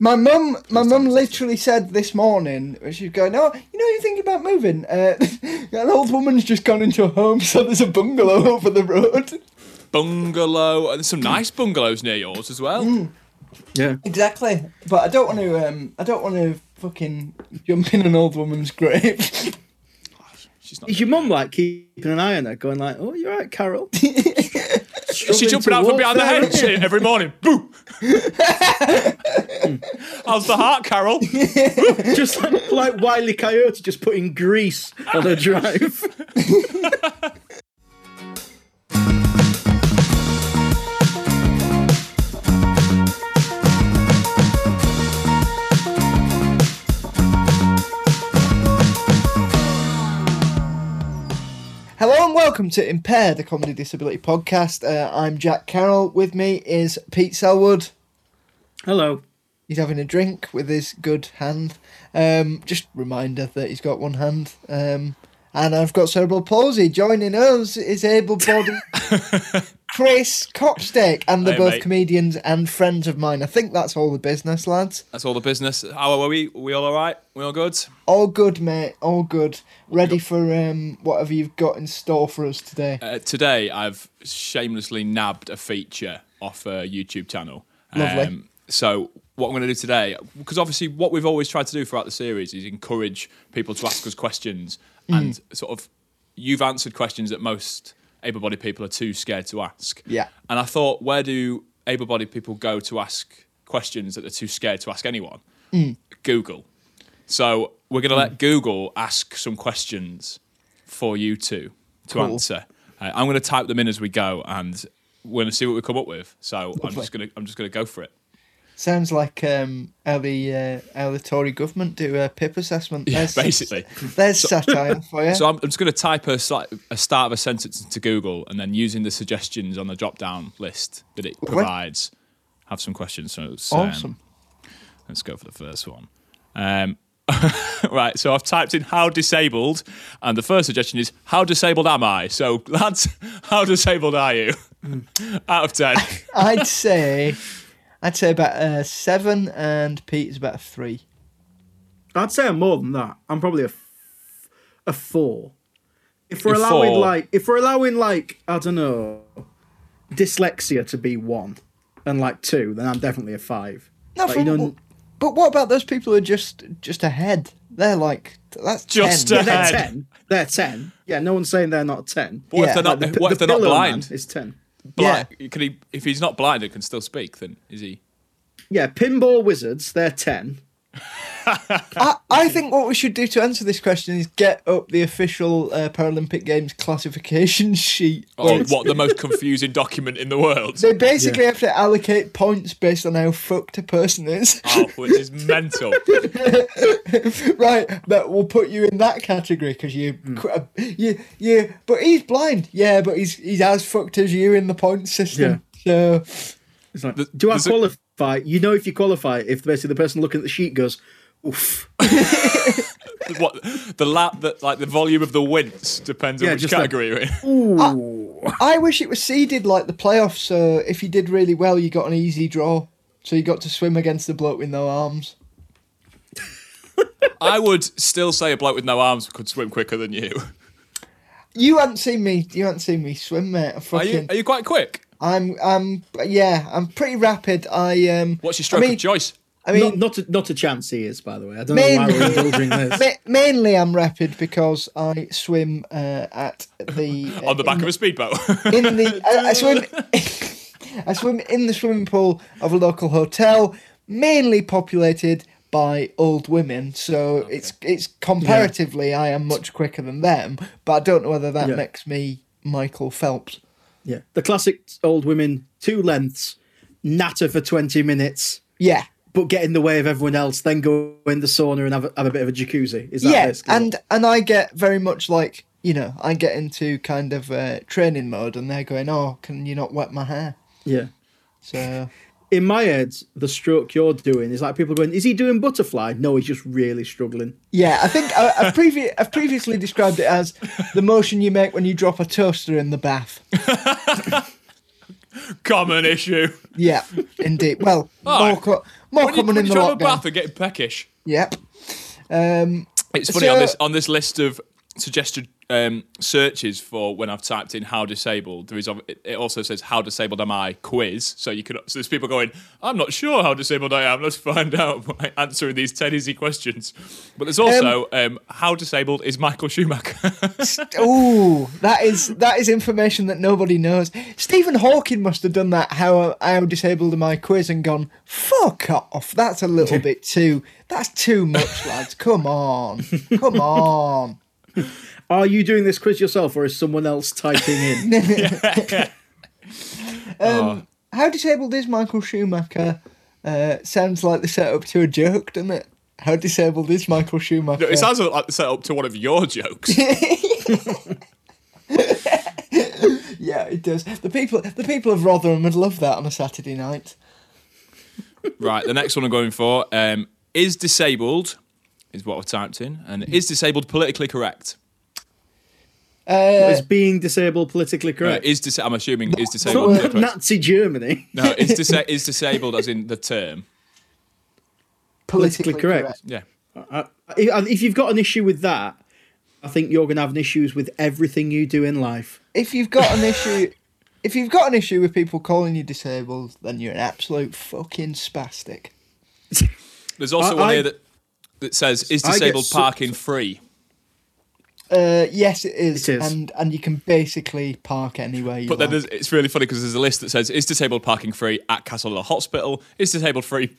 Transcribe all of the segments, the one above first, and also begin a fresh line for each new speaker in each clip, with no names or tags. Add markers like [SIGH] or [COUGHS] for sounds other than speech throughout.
My mum, my mum literally said this morning when she was going, "Oh, you know, you're thinking about moving. Uh, [LAUGHS] an old woman's just gone into a home, [LAUGHS] so there's a bungalow [LAUGHS] over the road."
Bungalow. and There's some nice bungalows near yours as well.
Yeah.
Exactly, but I don't want to. Um, I don't want to fucking jump in an old woman's grave. [LAUGHS]
She's not.
Is your mum like keeping an eye on her, going like, "Oh, you're right, Carol." [LAUGHS]
She's jumping out from behind the hedge every morning. Boo! How's the heart, Carol?
just like, like Wiley Coyote, just putting grease on her drive.
Hello and welcome to Impair, the comedy disability podcast. Uh, I'm Jack Carroll. With me is Pete Selwood.
[LAUGHS] Hello.
He's having a drink with his good hand. Um, just reminder that he's got one hand. Um, and I've got cerebral palsy. Joining us is able-bodied Chris Copstick, and they're
Hey,
both
mate.
comedians and friends of mine. I think that's all the business, lads.
That's all the business. How are we? we all all right? We all good?
All good, mate. All good. Ready for um, whatever you've got in store for us today.
Uh, today, I've shamelessly nabbed a feature off a YouTube channel. Um,
Lovely.
so, what I'm going to do today, because obviously, what we've always tried to do throughout the series is encourage people to ask us questions,
Mm.
and sort of, you've answered questions that most able-bodied people are too scared to ask.
Yeah.
And I thought, where do able-bodied people go to ask questions that they're too scared to ask anyone?
Mm.
Google. So we're going to let Google ask some questions for you two to answer. Uh, I'm going to type them in as we go, and we're going to see what we come up with. So I'm just going to I'm just going to go for it.
Sounds like um, how the uh, how the Tory government do a PIP assessment.
Yeah,
There's-
basically.
There's satire for you.
So I'm, I'm just going to type a, sli- a start of a sentence into Google, and then using the suggestions on the drop down list that it provides, have some questions. So it's, um,
Awesome.
Let's go for the first one. Um, [LAUGHS] right, so I've typed in how disabled, and the first suggestion is how disabled am I? So, [LAUGHS] lads, how disabled are you? [LAUGHS] Out
[LAUGHS]
of 10.
I'd say, I'd say about a seven, and Pete's about a three.
I'd say I'm more than that. I'm probably a f- a four. If we're
A
allowing
four.
like, if we're allowing like, I don't know, dyslexia to be one and like two, then I'm definitely a five.
No,
Like,
for-
you know,
but what about those people who are just just ahead? They're like that's
Just
10.
a-
they're
Ten.
ten. They're ten. Yeah, no one's saying they're not ten.
What if
Yeah,
they're not,
Like, the-
what if
the
they're not
pillow man
blind?
Is ten.
blind Can he, if he's not blind and can still speak, then is he?
Yeah, pinball wizards. They're ten.
I, I think what we should do to answer this question is get up the official uh, Paralympic Games classification [LAUGHS] sheet.
Or oh, what, the most confusing document in the
[LAUGHS]
world? [LAUGHS]
They basically have to allocate points based on how fucked a person is.
Oh, which is
[LAUGHS]
mental.
right, that will put you in that category because you,
Hmm.
qu- you, you. But he's blind. Yeah, but he's he's as fucked as you in the point system. So
It's like, do I
there's a-
qualify? You know, if you qualify, if basically the person looking at the sheet goes, "Oof,
what, the, la- the, like, the volume of the wince depends on
Yeah,
which
just like-
category you're in. [LAUGHS]
ooh."
I wish it was seeded like the playoffs. So if you did really well, you got an easy draw. So you got to swim against the bloke with no arms.
I would still say a bloke with no arms could swim quicker than you.
You haven't seen me. You haven't seen me swim, mate. I
Are
fucking,
you, are you quite quick?
I'm. I'm. Yeah. I'm pretty rapid. I um.
What's your stroke
I mean,
of choice?
I mean,
not, not, a, not a chance he is, by the way. I don't know why
Mainly-
we're indulging this.
Ma- mainly, I'm rapid because I swim uh, at the uh,
[LAUGHS] on the back of a speedboat. [LAUGHS]
in, in
[LAUGHS]
the I, I swim [LAUGHS] I swim in the swimming pool of a local hotel, mainly populated by old women. So it's it's comparatively I am much quicker than them, but I don't know whether that
Yeah.
makes me Michael Phelps.
Yeah, the classic old women, two lengths, natter for twenty minutes,
Yeah.
but get in the way of everyone else. Then go in the sauna and have a, have a bit of a jacuzzi. Is that
yeah,
this?
and and I get very much like you know I get into kind of uh, training mode, and they're going, "Oh, can you not wet my hair?"
yeah,
So
in my head, the stroke you're doing is like people going, "Is he doing butterfly?" No, he's just really struggling.
Yeah, I think I, I've, previ- I've previously described it as the motion you make when you drop a toaster in the bath.
common [LAUGHS] issue.
Yeah, indeed. Well,
[LAUGHS] All
more,
right.
co- more
When you,
common
when
in
you
the
try to have a bath
lockdown.
and get peckish.
Yep. Um,
It's funny
So-
on this on this list of suggested um, searches for when I've typed in how disabled. There is ob- it it also says how disabled am I quiz. So you could so there's people going I'm not sure how disabled I am. Let's find out [LAUGHS] by answering these ten easy questions. But there's also um, how disabled is Michael Schumacher? [LAUGHS]
Ooh, that is that is information that nobody knows. Stephen Hawking must have done that. How how disabled am I? Quiz and gone. Fuck off. That's a little bit too. That's too much, lads. Come on, come
[LAUGHS]
on.
Are you doing this quiz yourself, or is someone else
[LAUGHS]
typing in?
Oh.
Um, How disabled is Michael Schumacher? Uh, sounds like the setup to a joke, doesn't it? How disabled is Michael Schumacher?
it sounds like the setup to one of your jokes.
[LAUGHS] yeah, it does. The people, the people of Rotherham would love that on a Saturday night.
Right, the next one I'm going for um, is disabled, is what I've typed in, and is disabled politically correct?
Uh,
is being disabled politically
Uh,
correct?
is dis- I'm assuming is
It's
disabled.
not
politically correct.
Nazi Germany.
No, is, disa- is disabled as in the term.
politically,
politically correct.
correct.
Yeah,
I- I- Uh, If you've got an issue with that, I think you're going to have an issues with everything you do in life.
If you've got an issue, if you've got an issue with people calling you disabled, then you're an absolute fucking spastic.
there's also
I-
one
I-
here that that says is
I get
disabled
so-
parking free.
Uh, yes, it is,
It is.
and and you can basically park anywhere you
But then
like.
there's, it's really funny because there's a list that says is disabled parking free at Castle Hill Hospital, is disabled free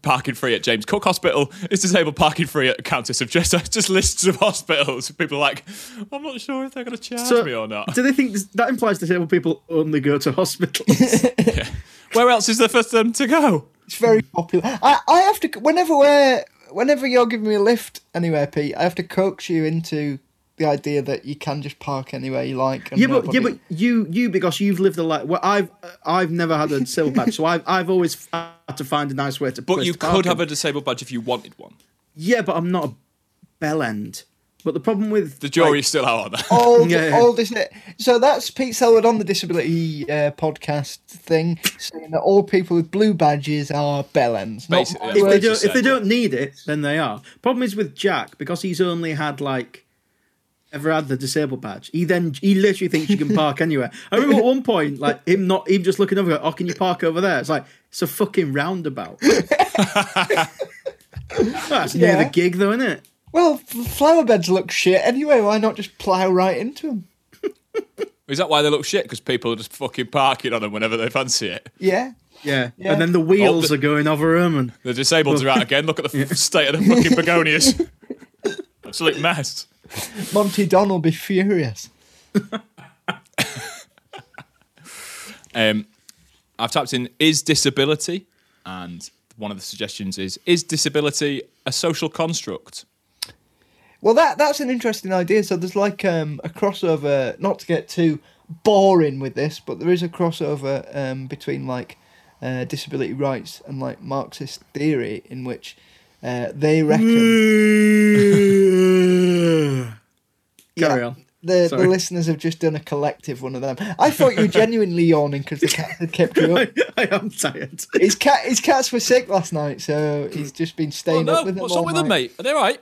parking free at James Cook Hospital, is disabled parking free at Countess of Chester. It's [LAUGHS] Just lists of hospitals. People are like, I'm not sure if they're going to charge me or not.
Do they think this, that implies disabled people only go
[LAUGHS]
to hospitals?
Where else is there for them to go?
It's very popular. I, I have to whenever we're whenever you're giving me a lift anywhere, Pete. I have to coax you into the idea that you can just park anywhere you like. And
yeah, but yeah, but
nobody-
you you because you've lived a life. Well, I've I've never had a disabled badge, so I've I've always had to find a nice way to.
But
place
you
to
could
park
have a
them.
disabled badge if you wanted one.
Yeah, but I'm not a bell end. But the problem with
The jury's
like,
still out on
Oh.
that.
All,
Yeah, yeah.
all this, so that's Pete Selwood on the disability uh, podcast thing, saying that all people with blue badges are bellends. Not
Basi-
my
yeah.
if they
words.
don't if they
Said,
don't need it, then they are. Problem is with Jack because he's only had like ever had the disabled badge. He then he literally thinks you can
[LAUGHS]
park anywhere. I remember at one point like him not him just looking over, going, oh, can you park over there? It's like it's a fucking
[LAUGHS]
roundabout. That's near
Yeah.
the gig though, isn't it?
Well, f- flower beds look shit anyway. Why not just plough right into them?
[LAUGHS] Is that why they look shit? Because people are just fucking parking on them whenever they fancy it.
Yeah.
Yeah.
Yeah.
And then the wheels
the-
are going over
[LAUGHS]
him and
The disabled are out again. Look at the
[LAUGHS]
f- state of the fucking begonias. Absolute mess.
Monty Don will be furious.
Um, I've typed in is disability, and one of the suggestions is is disability a social construct?
Well, that that's an interesting idea. So there's like um, a crossover. Not to get too boring with this, but there is a crossover um, between like uh, disability rights and like Marxist theory, in which uh, they reckon.
Carry
Yeah,
on.
The, the
Sorry.
listeners have just done a collective one of them. I thought you were genuinely [LAUGHS] yawning because the cat had kept you
[LAUGHS]
up.
I am tired.
His cat, his cats were sick last night, so he's just been
Oh,
staying
no.
up with them.
What's
all
wrong with them,
night.
mate? Are they all right?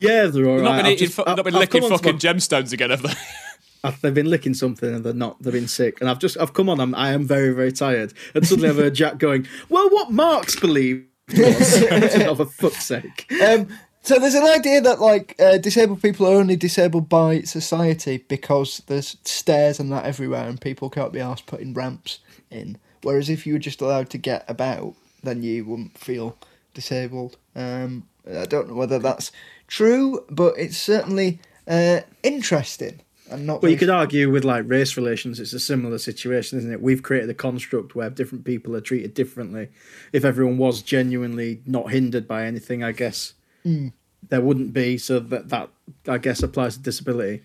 Yeah, they're all
They've not
right.
been,
I've
eating,
just-
fu-
I've-
not been
I've
licking
come onto my-
fucking gemstones again, have they? [LAUGHS]
I've- they've been licking something and they're not they've been sick and I've just I've come on I'm, I am very very tired and suddenly I've heard Jack going well what Marx believed was [LAUGHS] oh, for fuck's sake
um, so there's an idea that like uh, disabled people are only disabled by society because there's stairs and that everywhere, and people can't be asked putting ramps in. Whereas if you were just allowed to get about, then you wouldn't feel disabled. Um, I don't know whether that's true, but it's certainly uh, interesting. And not
well you
very-
could argue with like race relations it's a similar situation isn't it we've created a construct where different people are treated differently if everyone was genuinely not hindered by anything I guess there wouldn't be so that that I guess applies to disability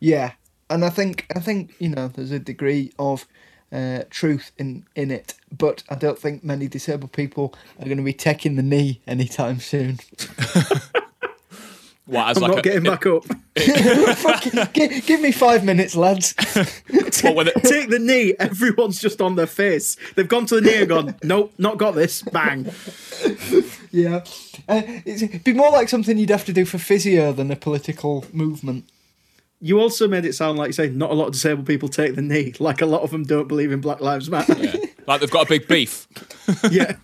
Yeah, and I think I think you know there's a degree of uh, truth in in it, but I don't think many [LAUGHS] disabled people are going to be taking the knee anytime soon.
What, as
I'm
like
not
a,
getting back up.
give, give me five minutes, lads. [LAUGHS]
what, with
[LAUGHS]
it-
Take the knee. Everyone's just on their face. They've gone to the knee and gone, [LAUGHS] nope, not got this. Bang.
yeah, uh, it's, it'd be more like something you'd have to do for physio than a political movement.
You also made it sound like you say not a lot of disabled people take the knee, like a lot of them don't believe in Black Lives Matter.
yeah. Like they've got a big beef.
[LAUGHS] yeah.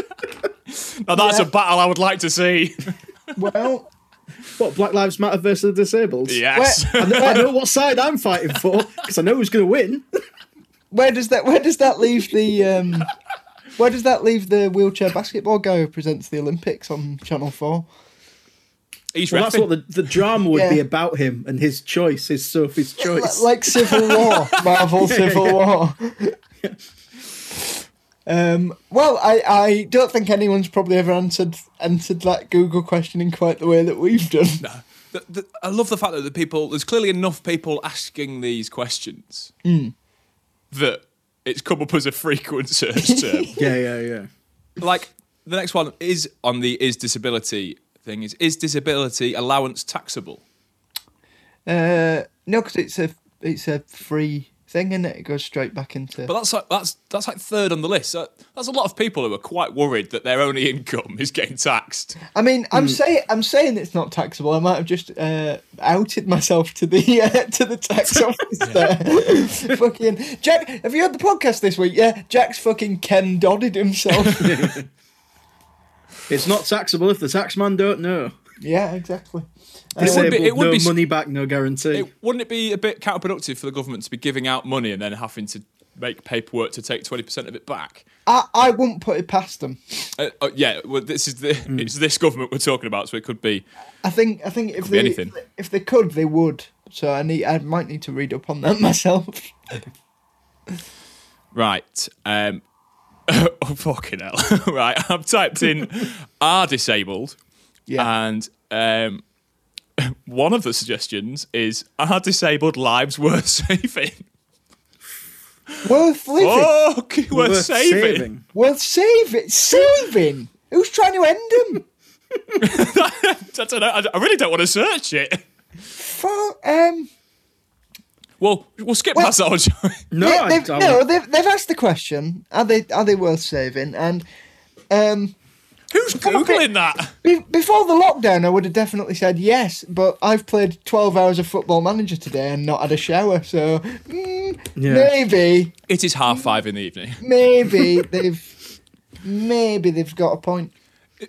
Now Oh, that's
Yeah.
a battle I would like to [LAUGHS] see.
Well,
What, Black Lives Matter versus the disabled?
Yes.
Where-
I know, I know what side I'm fighting for because I know who's going to win.
where does that where does that leave the um, where does that leave the wheelchair basketball guy who presents the Olympics on Channel Four?
[LAUGHS] He's
Well, that's
reffing.
what the, the drama would be
Yeah.
about him and his choice, his Sophie's
Li-
choice.
like Civil War, Marvel Civil War. um, well, I, I don't think anyone's probably ever answered answered that Google question in quite the way that we've done.
The- the- I love the fact that the people there's clearly enough people asking these questions
Hmm.
that it's come up as a frequent search term.
[LAUGHS] yeah, yeah, yeah.
like the next one is on the is disability thing is is disability allowance taxable?
Uh, no, because it's a it's a free thing, and it? it goes straight back into.
But that's like that's that's like third on the list. So that's a lot of people who are quite worried that their only income is getting taxed.
I mean, I'm saying I'm saying it's not taxable. I might have just uh, outed myself to the [LAUGHS] uh, to the tax office there. [LAUGHS] fucking Jack, have you heard the podcast this week? Yeah, Jack's fucking Ken Dodded himself.
It's not taxable if the tax man don't know.
yeah, exactly.
It would
Disabled,
be- it would
no
be-
money back, no guarantee.
It, wouldn't it be a bit counterproductive for the government to be giving out money and then having to make paperwork to take twenty percent of it back?
I, I wouldn't put it past them.
Uh, uh, yeah, well, this is the it's this government we're talking about, so it could be
I think I think if
be
they
anything.
if they could, they would. So I need I might need to read up on that [LAUGHS] myself.
Right. Um, [LAUGHS] oh, fucking hell. [LAUGHS] right. I've typed in are disabled.
Yeah.
And um, [LAUGHS] one of the suggestions is are disabled lives worth [LAUGHS] saving?
Worth living.
Oh, worth,
Worth
saving.
Worth saving. Saving. Who's trying to end them?
[LAUGHS] I, don't know, I, I really don't want to search it.
Fuck. Um.
Well, we'll skip
Well-
past that one, shall we?
No,
they-
I-
they've,
I
no,
would-
they've, they've asked the question: Are they are they worth saving? And um,
Who's Googling that?
be, before the lockdown, I would have definitely said yes. But I've played twelve hours of Football Manager today and not had a shower, so mm,
Yeah.
maybe
It is half five in the evening.
maybe they've maybe they've got a point.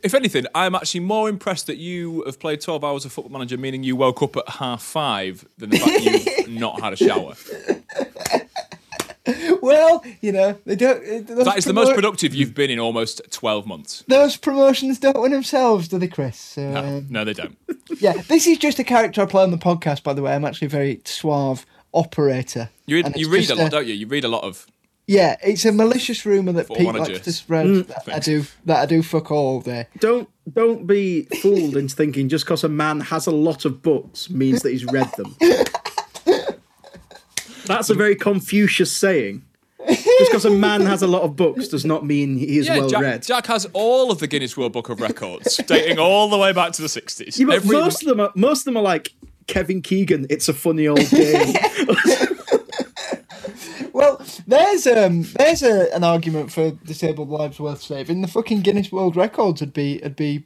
If anything, I'm actually more impressed that you have played 12 hours of Football Manager, meaning you woke up at half five, than the fact
[LAUGHS]
you've not had a shower.
Well, you know they don't. uh, Those
That is the most
promo-
productive you've been in almost 12 months.
Those promotions don't win themselves, do they, Chris? So,
No,
um,
no they don't.
yeah, this is just a character I play on the podcast. By the way, I'm actually a very suave operator.
You read,
and it's
you read
just uh,
a lot,
a-
don't you? You read a lot of.
Yeah, it's a malicious rumor that
Four
Pete
managers.
likes to spread. that I
thanks.
do that I do fuck all day.
Don't don't be fooled into thinking just because a man has a lot of books means that he's read them. That's a very Confucius saying. Just because a man has a lot of books does not mean he is
Yeah,
well
Jack,
read.
Jack has all of the Guinness World Book of Records, dating all the way back to the 60s.
You know,
Every-
most of them, are, most of them are like Kevin Keegan. It's a funny old [LAUGHS] game.
Well, there's um there's a, an argument for disabled lives worth saving. The fucking Guinness World Records would be would be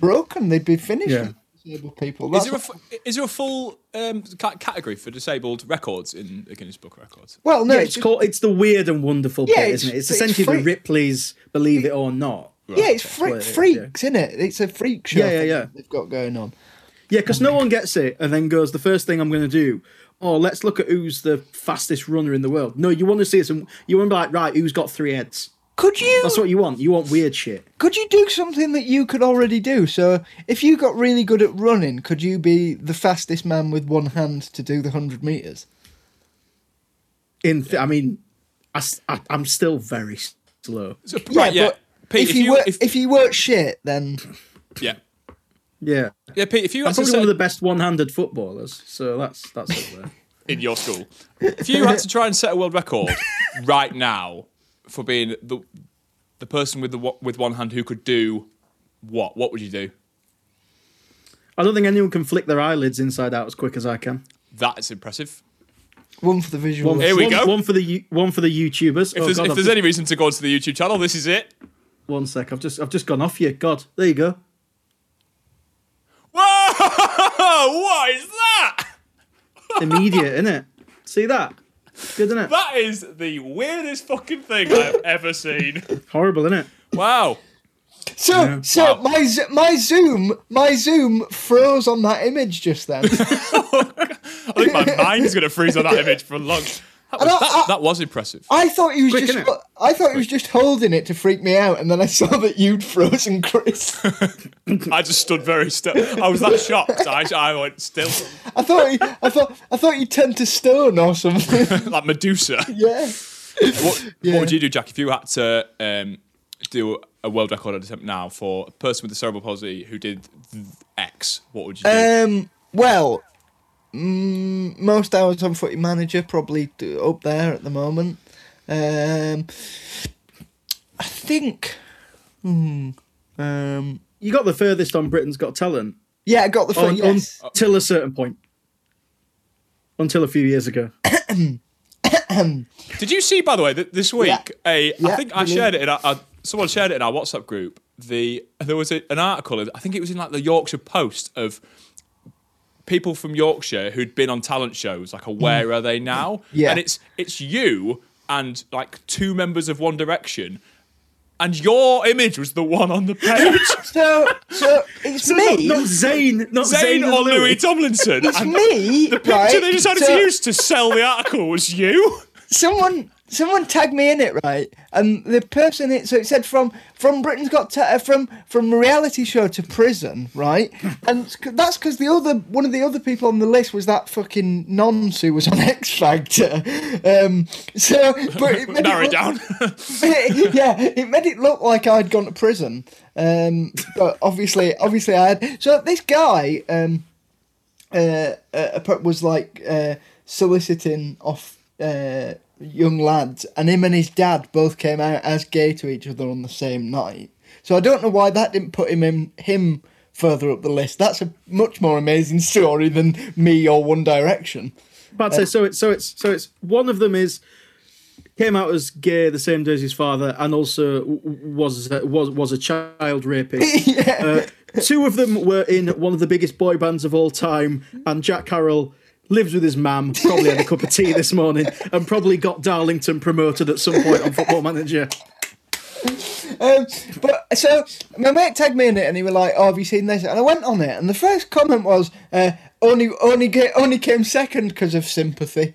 broken. They'd be finished.
Yeah.
with Disabled people.
is
That's
there, a, f- is there a full um, ca- category for disabled records in the Guinness Book of Records?
well, no,
yeah,
it's
it's called. It's the weird and wonderful
Yeah,
bit,
it's-
isn't it? It's
it's
essentially
free.
the Ripley's Believe It or Not.
yeah, it's fre-
what it is,
freaks, is, it? It's a freak show.
Yeah, yeah,
thing
yeah.
that They've got going on.
Yeah, because no one gets it and then goes, the first thing I'm going to do, oh, let's look at who's the fastest runner in the world. No, you want to see some, you want to be like, right, who's got three heads?
Could you?
That's what you want. You want weird shit.
could you do something that you could already do? So, if you got really good at running, could you be the fastest man with one hand to do the 100 metres?
In, th- I mean, I, am still very s- slow.
So, right, yeah.
but
Pete,
if, you, were, if, you weren't shit, then
yeah.
Yeah.
Yeah, Pete, if you
I'm
had to
probably one
say-
of the best one-handed footballers, so that's that's
[LAUGHS]
up there.
in your school, if you had to try and set a world record [LAUGHS] right now for being the the person with the wa- with one hand who could do what, what would you do?
I don't think anyone can flick their eyelids inside out as quick as I can.
That's impressive.
One for the visual.
Here we
one,
go.
One for the you- one for the YouTubers.
If
oh,
there's,
God,
if
I've
there's
just-
any reason to go onto the YouTube channel, this is it.
one sec, I've just I've just gone off you. God, there you go.
Whoa! [LAUGHS] What is that?
Immediate, [LAUGHS] innit? See that? Good, innit?
That is the weirdest fucking thing I've ever seen.
Horrible, innit?
Wow.
So,
Yeah.
so
Wow.
my z- my Zoom my Zoom froze on that image just
[LAUGHS]
then. and
I think my mind's going to freeze on that image for long. That was,
I-
that,
I-
that was impressive.
I thought he was
Quick,
just
innit?
I thought he was just holding it to freak me out, and then I saw [LAUGHS] that you'd frozen, Chris.
I just stood very still. I was that shocked. I, I went still
I thought he, I thought I thought you turned to stone or
[LAUGHS]
something.
[LAUGHS] like Medusa.
yeah.
What,
Yeah.
what would you do, Jack, if you had to um, do a world record attempt now for a person with a cerebral palsy who did th- X? What would you do?
Um. Well, mm, most hours on footy manager probably d- up there at the moment. Um. I think. Hmm. Um.
You got the furthest on Britain's Got Talent
Yeah, I got the
on,
phone. yes.
on- until a certain point. Until a few years ago.
Did you see, by the way, that this week?
Yeah.
A, I
Yeah,
think I
we did.
shared it. In our, our, someone shared it in our WhatsApp group. The there was a, an article. I think it was in like the Yorkshire Post of people from Yorkshire who'd been on talent shows. Like, a where are they now?
Mm. Yeah.
and it's it's you and like two members of One Direction. And your image was the
[LAUGHS]
one on the page.
So, so it's me.
Not, not Zane, not Zane,
Zane
and
or
Louis.
Louis Tomlinson.
it's
and
me.
the picture
right?
they decided
So
to use to sell the article was you.
Someone, someone tagged me in it, right? And the person, it so it said from from Britain's Got Ta- uh, from from reality show to prison,
[LAUGHS]
right? And it's c- that's because the other one of the other people on the list was that fucking nonce who was on [LAUGHS] X Factor. Um, so, but it made
Narrow
it
it
look- [LAUGHS]
down.
yeah, it made it look like I'd gone to prison. Um, but obviously, obviously, I had. So this guy um, uh, uh, was like uh, soliciting off uh, young lads, and him and his dad both came out as gay to each other on the same night. So I don't know why that didn't put him in him further up the list. That's a much more amazing story than me or One Direction. [LAUGHS]
But I'd say so. It's so it's so it's one of them is came out as gay the same day as his father, and also w- w- was uh, was was a child [LAUGHS] rapist. uh, two of them were in one of the biggest boy bands of all time, and Jack Carroll. Lives with his mum, probably had a cup of tea this morning, and probably got Darlington promoted at some point on Football Manager.
Um, but so my mate tagged me in it, and he was like, "Oh, have you seen this?" And I went on it, and the first comment was, uh, "Only, only, get, only came second because of sympathy."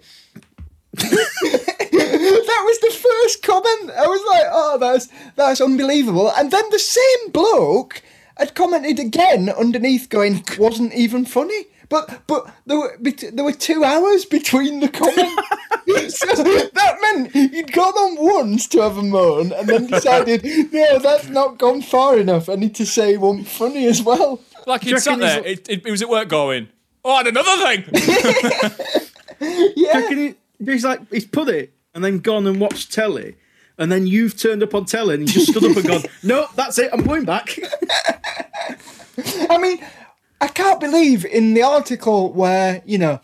[LAUGHS] that was the first comment. I was like, "Oh, that's that's unbelievable." And then the same bloke had commented again underneath, going, "Wasn't even funny." But but there were bet- there were two hours between the comment. [LAUGHS] so that meant he'd gone on once to have a moan, and then decided, "No, that's not gone far enough. I need to say one funny as well."
Like
you
he'd sat
reckon he's-
there, it, it, it was at work going, oh, and
[LAUGHS]
another thing.
Yeah.
Can he, he's like he's put it and then gone and watched telly, and then you've turned up on telly and you just stood up and gone, [LAUGHS] no, that's it, I'm going back. [LAUGHS]
I mean, I can't believe in the article where, you know,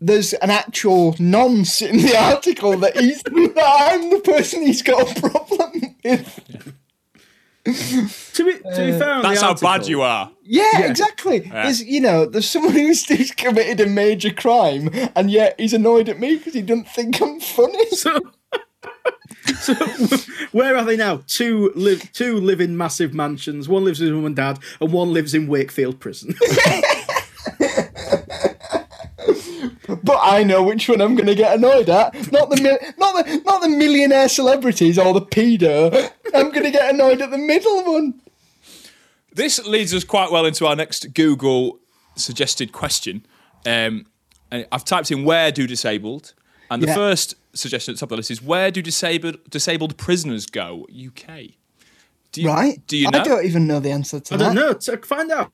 there's an actual nonce in the [LAUGHS] article that he's that I'm the person he's got a problem with.
to be, to be fair, on
That's
the
how
article,
bad
[LAUGHS]
you are.
Yeah, exactly. There's you know, there's someone who's, [LAUGHS] who's committed a major crime and yet he's annoyed at me because he doesn't think I'm funny.
So, so where are they now? Two live two live in massive mansions. One lives with his mum and dad, and one lives in Wakefield prison. [LAUGHS]
But I know which one I'm going to get annoyed at. Not the mil- not the not the millionaire celebrities or the pedo. I'm going to get annoyed at the middle one.
This leads us quite well into our next Google suggested question. Um, and I've typed in where do disabled, and the
Yeah.
first suggestion at the top of the list is where do disabled disabled prisoners go? UK. Do you,
Right?
Do you know?
I don't even know the answer to
I
that.
don't know. So find out.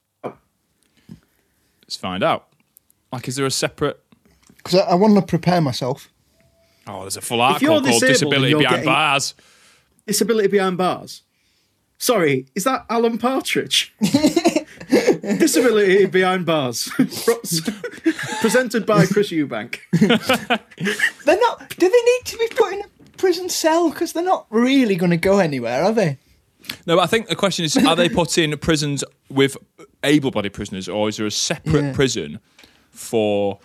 Let's find out. Like, is there a separate?
because I, I want to prepare myself.
Oh, there's a full
you're
article called
disabled,
"Disability
you're
Behind
getting-
Bars."
Disability behind bars. Sorry, is that Alan Partridge? Disability behind bars, [LAUGHS] presented by Chris Eubank.
They're not. Do they need to be put in a prison cell? Because they're not really going to go anywhere, are they?
No, but I think the question is:
[LAUGHS]
Are they put in prisons with able-bodied prisoners, or is there a separate
Yeah.
prison for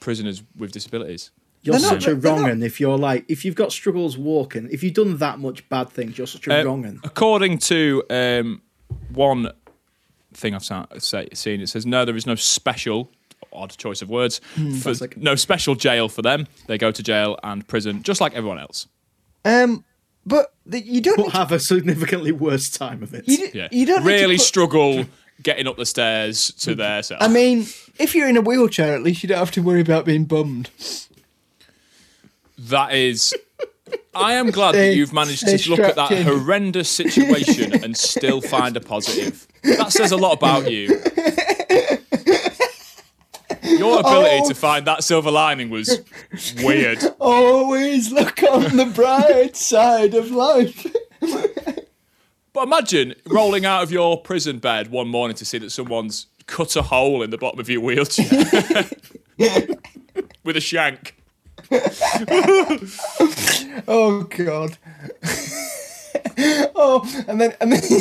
prisoners with disabilities?
You're
They're not-
such a
they're
wrong
not-
un if you're like if you've got struggles walking, if you've done that much bad things, you're such a
Uh,
wrong un.
According to um, one thing I've sa- say, seen, it says no, there is no special. Odd choice of words. for,
Hmm,
Sounds like-
no special jail for them. They go to jail and prison just like everyone else.
Um, but the, you don't.
But
Need to,
have a significantly worse time of it.
you, do,
Yeah,
you don't need to
really
put-
struggle getting up the stairs to their cell.
I mean, if you're in a wheelchair, at least you don't have to worry about being bummed.
That is. I am glad
Stay-
that you've managed
stay
to look at that
strapped in. [LAUGHS]
horrendous situation and still find a positive. That says a lot about you. Your ability
Oh.
to find that silver lining was weird.
Always look on
[LAUGHS]
the bright side of life.
But imagine rolling out of your prison bed one morning to see that someone's cut a hole in the bottom of your wheelchair
[LAUGHS]
with a shank.
Oh God. [LAUGHS] oh, and then [LAUGHS] and then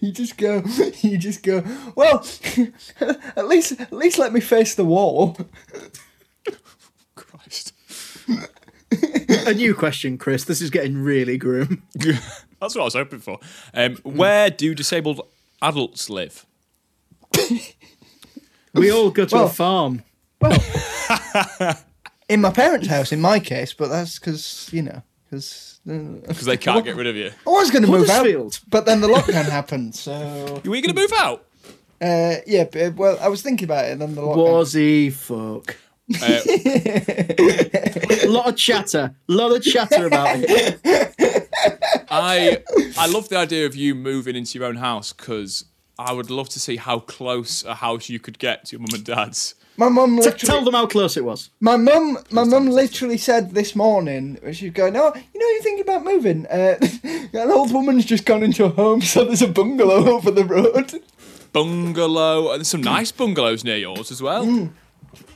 you just go, [LAUGHS] you just go. Well, [LAUGHS] at least at least let me face the wall. [LAUGHS]
Christ.
a new question, Chris. This is getting really grim.
That's what I was hoping for. Um, where do disabled adults live?
We all go to
Well-
a farm.
In my parents' house, in my case, but that's because you know, because I
Because they can't get rid of you.
was going to move out,
Huddersfield.
but then the lockdown [LAUGHS] happened. So
Were you going to move
[LAUGHS]
out?
uh, yeah, but, well, I was thinking about it, and then the lockdown.
Was he fuck?
Uh,
A lot of chatter. A lot of
[LAUGHS]
chatter about it.
I I love the idea of you moving into your own house because I would love to see how close a house you could get to your mum and dad's.
My mum
T-
literally.
Tell them how close it was.
My mum, my mum literally said this morning, she was going, "Oh, you know, you're thinking about moving. Uh, [LAUGHS] an old woman's just gone into a home, so there's a bungalow [LAUGHS] over the road."
Bungalow, and there's some nice bungalows near yours as well.
Mm.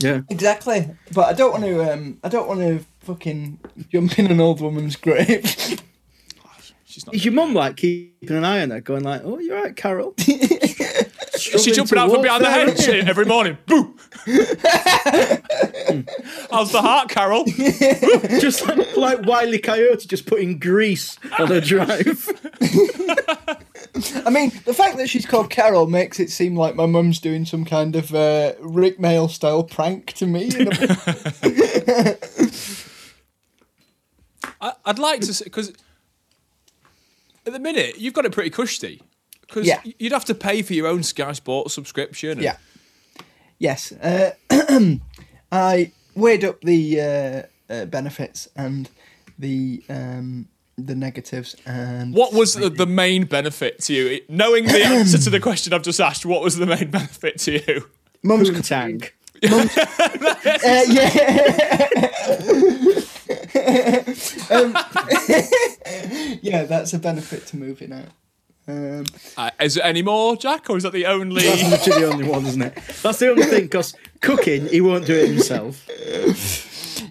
Yeah.
Exactly, but I don't want to. Um, I don't want to fucking jump in an old woman's grave. [LAUGHS]
She's not.
Is your mum like keeping an eye on her, going like, "Oh, you're right, Carol."
[LAUGHS]
She's jumping out from behind the hedge every morning.
[LAUGHS]
Boo! How's the
[LAUGHS]
heart, Carol?
just like, like Wiley Coyote, just putting grease on
[LAUGHS]
her drive.
I mean, the fact that she's called Carol makes it seem like my mum's doing some kind of uh, Rick Mail style prank to me. you know?
I, I'd like to see because at the minute you've got it pretty cushy because
Yeah.
you'd have to pay for your own Sky Sports subscription. and-
yeah. Yes. Uh, [CLEARS THROAT] I weighed up the uh, uh, benefits and the um, the negatives, and
What was the, the main benefit to you? Knowing the
[CLEARS THROAT]
answer to the question I've just asked, what was the main benefit to you?
[LAUGHS]
mum's
Boom tank.
uh, yeah. [LAUGHS] um, [LAUGHS] yeah, that's a benefit to moving out. Um,
Uh, is it any more, Jack, or is that the only?
That's literally the only one, isn't it? That's the only thing. Because cooking, he won't do it himself.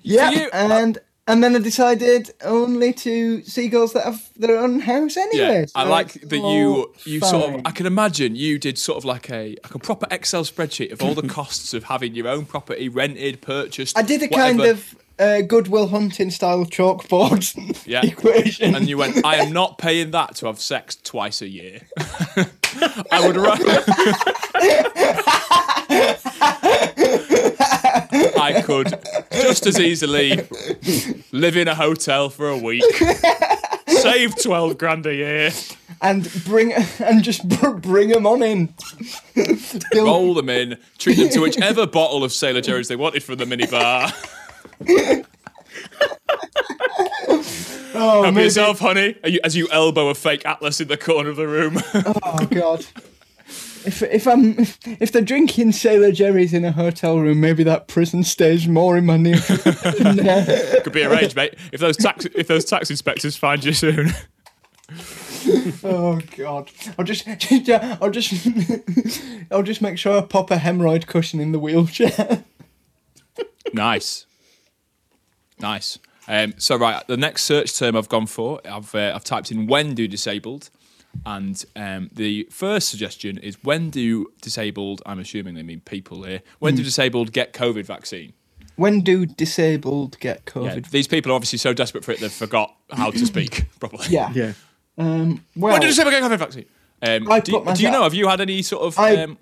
Yeah,
you- uh,
and and then I decided only to seagulls that have their own house anyway.
Yeah, I
so
like
it's
that you
all
you sort of.
fine.
I can imagine you did sort of like a like a proper Excel spreadsheet
[LAUGHS]
of all the costs of having your own property rented, purchased.
I did a kind
whatever,
of uh, Goodwill Hunting style chalkboard [LAUGHS]
Yeah.
equation.
and you went, I am not paying that to have sex twice a year. [LAUGHS] I would rather. I could just as easily live in a hotel for a week, save 12 grand a year,
and bring [LAUGHS] and just br- bring them on in. [LAUGHS] Bill-
roll them in, treat them to whichever bottle of Sailor Jerry's they wanted from the minibar.
oh,
Help
maybe-
yourself, honey, Are you- as you elbow a fake atlas in the corner of the room. [LAUGHS]
oh god. If, if I'm if they're drinking Sailor Jerry's in a hotel room, maybe that prison stays more in my [LAUGHS] near.
Could be arranged, mate. If those tax if those tax inspectors find you soon.
oh god! I'll just, [LAUGHS] yeah, I'll just, [LAUGHS] I'll just make sure I pop a hemorrhoid cushion in the wheelchair. [LAUGHS]
Nice, nice. Um, so right, the next search term I've gone for, I've uh, I've typed in when do disabled, and um, the first suggestion is when do disabled. I'm assuming they mean people here. When
Hmm.
do disabled get COVID vaccine?
when do disabled get
Yeah,
COVID?
these people are obviously so desperate for it they've forgot how
[LAUGHS]
to speak properly.
Yeah.
Yeah.
Um, well,
When do disabled get COVID vaccine? Um,
I put
do, do you
myself-
know? Have you had any sort of?
I,
um,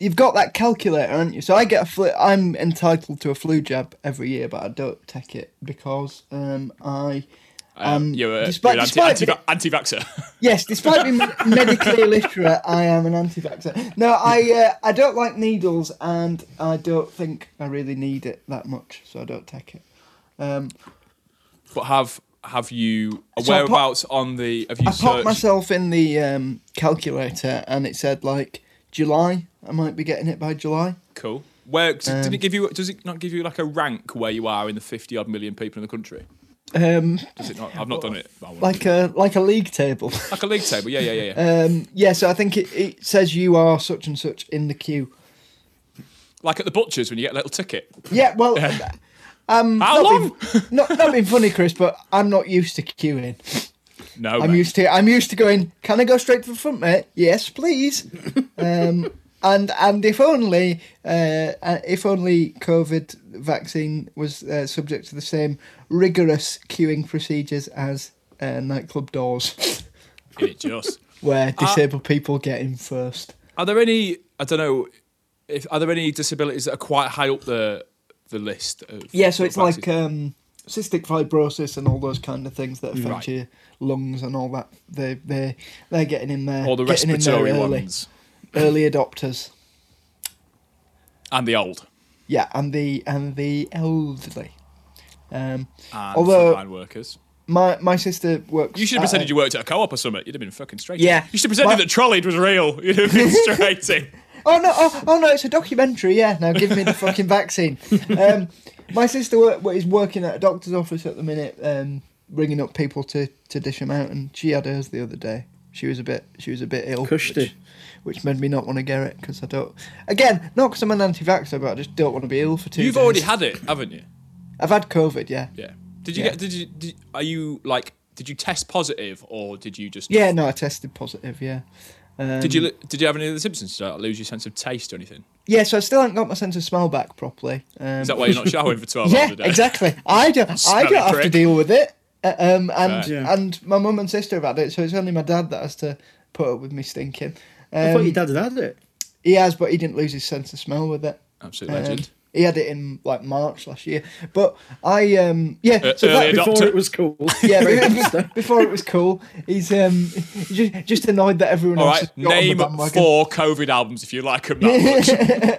you've got that calculator, aren't you? So I get a flu. I'm entitled to a flu jab every year, but I don't take it because um, I.
um,
Um,
you're, a-
despite-
you're an
despite
anti,
the-
anti, vaxxer
Yes, despite being medically illiterate, I am an anti-vaxxer. No, I uh, I don't like needles, and I don't think I really need it that much, so I don't take it. Um,
[LAUGHS] but have have you
So I pop-
whereabouts on the? Have you
I popped
searched?
myself in the um, calculator, and it said like July. I might be getting it by July.
Cool. Where d- did
Um,
it give you? Does it not give you like a rank where you are in the fifty odd million people in the country?
Um,
Does it not? I've not done it. but I want
like a like a league table. [LAUGHS]
to. like a league table. Yeah, yeah, yeah. yeah.
Um, yeah, so I think it, it says you are such and such in the queue.
like at the butchers when you get a little ticket.
Yeah, well,
How long?
Mm, not not being funny, Chris, but I'm not used to queuing.
[LAUGHS] No.
I'm
mate. [LAUGHS]
used to I'm used to going. Can I go straight to the front, mate? Yes, [LAUGHS] please. um, and and if only uh, uh, if only COVID vaccine was uh, subject to the same rigorous queuing procedures as uh, nightclub doors,
It just.
where disabled people get in first.
Are there any? I don't know. If are there any disabilities that are quite high up the the list? Of,
Yeah, so
of
it's like um,
vaccines?
cystic fibrosis and all those kind of things that affect
Right.
your lungs and all that. They they they're getting in there.
all the
uh, getting in there
respiratory
early,
ones
Early adopters.
and the old.
Yeah, and the and the elderly. Um,
And
Although-
frontline workers,
my my sister works.
you should have
at
pretended
a-
you worked at a co-op or something. You'd have been fucking straight.
Yeah.
you should have pretended
My-
that trolleyed was real. [LAUGHS] You'd
[LAUGHS]
have been straight. in.
Oh no! Oh, oh no! It's a documentary. Yeah. Now give me the fucking vaccine. Um, my sister work, is working at a doctor's office at the minute, um, ringing up people to, to dish them out, and she had hers the other day. She was a bit she was a bit ill,
Cushy.
which, which made me not want to get it because I don't. Again, not because I'm an anti-vaxxer, but I just don't want to be ill for two.
You've
days.
already had it, haven't you?
I've had COVID. Yeah.
Yeah. Did you
Yeah.
get? Did you? Did, are you like? Did you test positive or did you just?
Yeah. No, I tested positive. Yeah. Um,
Did you? li- Did you have any of the symptoms? Did you like, lose your sense of taste or anything?
Yeah. So I still haven't got my sense of smell back properly. Um,
Is that why you're not showering for twelve
[LAUGHS]
hours
Yeah,
a day?
exactly. I
[LAUGHS]
don't. I
Smelly
don't have to
prick.
deal with it. Uh, um, and
Right.
Yeah.
and my mum and sister have had it, so it's only my dad that has to put up with me stinking.
I thought your
Um,
dad had had it.
he has, but he didn't lose his sense of smell with it.
Absolute
Um,
legend.
he had it in like March last year, but I um yeah
Uh,
so
early
that,
adopter.
Before it was cool.
[LAUGHS]
[LAUGHS]
yeah before,
[LAUGHS]
before it was cool, he's um [LAUGHS] just, just annoyed that everyone
All
else
right.
had got on the
Name
bandwagon. Um,
four COVID albums if you like them that
[LAUGHS]
much.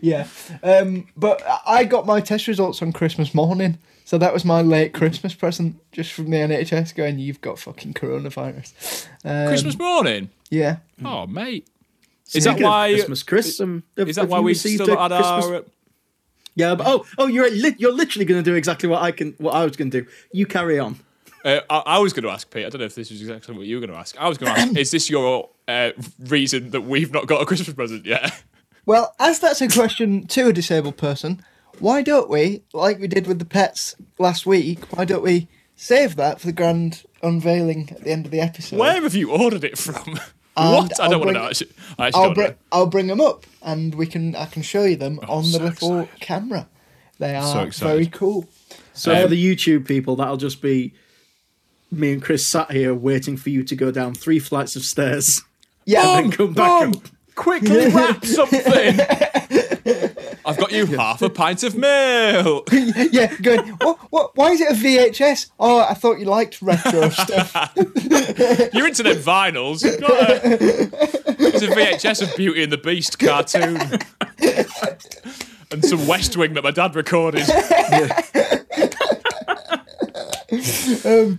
yeah. Um, but I- I got my test results on Christmas morning. So that was my late Christmas present just from the NHS going, you've got fucking coronavirus. Um,
Christmas morning.
Yeah.
Oh mate. Is
Speaking
that
of
why?
Christmas, Chris? Um, have-
Is that
have
why
you
we
received
still
a
had
Christmas-
our? uh,
Yeah, but oh, oh, you're li- you're literally going to do exactly what I can, what I was going to do. You carry on.
Uh, I, I was going to ask Pete. I don't know if this is exactly what you were going to ask. I was going to
[COUGHS]
ask: Is this your uh, reason that we've not got a Christmas present yet?
Well, as that's a question to a disabled person, why don't we, like we did with the pets last week, why don't we save that for the grand unveiling at the end of the episode?
Where have you ordered it from? [LAUGHS]
And
what? I
I'll
don't want to
bring-
know. Actually, I actually
I'll,
don't
br-
know.
I'll bring them up and we can I can show you them on the
Oh, so
little
excited.
camera. They
So
are
excited.
very cool.
So
Um,
for the YouTube people, that'll just be me and Chris sat here waiting for you to go down three flights of stairs.
Yeah,
Mum! come back
Mum,
up.
[LAUGHS]
Quickly wrap something. I've got you half a pint
[LAUGHS]
of milk.
yeah, good. What, what? Why is it a VHS? Oh, I thought you liked
[LAUGHS]
retro stuff.
You're into them vinyls. You've got a, it's a VHS of Beauty and the Beast cartoon. and some West Wing that my dad recorded.
Um,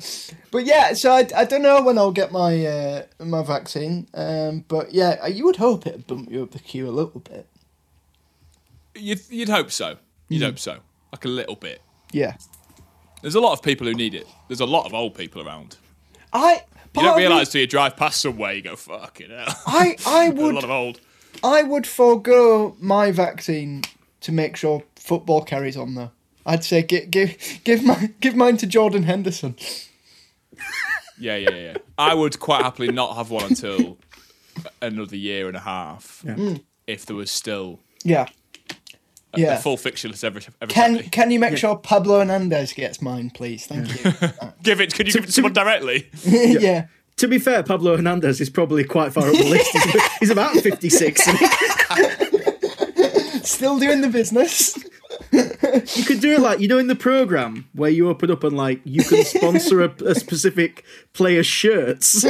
But yeah, so I, I don't know when I'll get my uh, my vaccine. Um, but yeah, you would hope it'd bump you up the queue a little bit.
You'd, you'd hope so.
Hmm.
You'd hope so. Like a little bit.
Yeah,
There's a lot of people who need it. There's a lot of old people around.
I
You don't
part of me-
realise till you drive past somewhere, you go, fucking hell. [LAUGHS]
I I
a lot
would
of old.
I would forego my vaccine to make sure football carries on though. I'd say give give give my give mine to Jordan Henderson.
Yeah, yeah, yeah. I would quite happily not have one until another year and a half
Yeah.
if there was still
Yeah.
a-
Yeah.
a full fiction list every, every
Can
Saturday. [LAUGHS]
can you make sure Pablo Hernandez gets mine, please? Thank you. [LAUGHS]
give it? Could you give it to someone directly?
yeah.
To be fair, Pablo Hernandez is probably quite far up
[LAUGHS]
the list. He's, he's about 56. and
Still doing the business. [LAUGHS]
you could do it like, you know, in the programme where you open up and like, you can sponsor a, a specific player's shirts.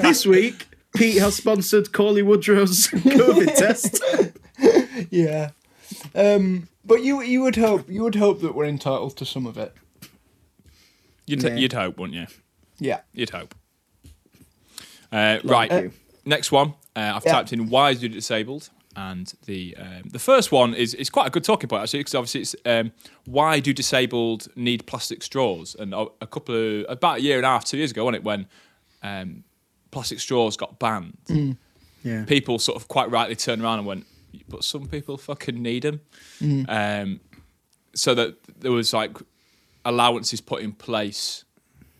this week, Pete has sponsored Corley Woodrow's [LAUGHS] COVID test.
Yeah. Um but you you would hope you would hope that we're entitled to some of it.
You'd,
Yeah.
you'd hope, wouldn't you?
Yeah.
You'd hope. Uh, right.
you.
Next one. Uh, I've
Yeah.
typed in why is it disabled, and the um, the first one is is quite a good talking point actually because obviously it's um, why do disabled need plastic straws? And a, a couple of about a year and a half, two years ago, wasn't it when um, plastic straws got banned?
Yeah.
People sort of quite rightly turned around and went, but some people fucking need them. Um, so that there was like allowances put in place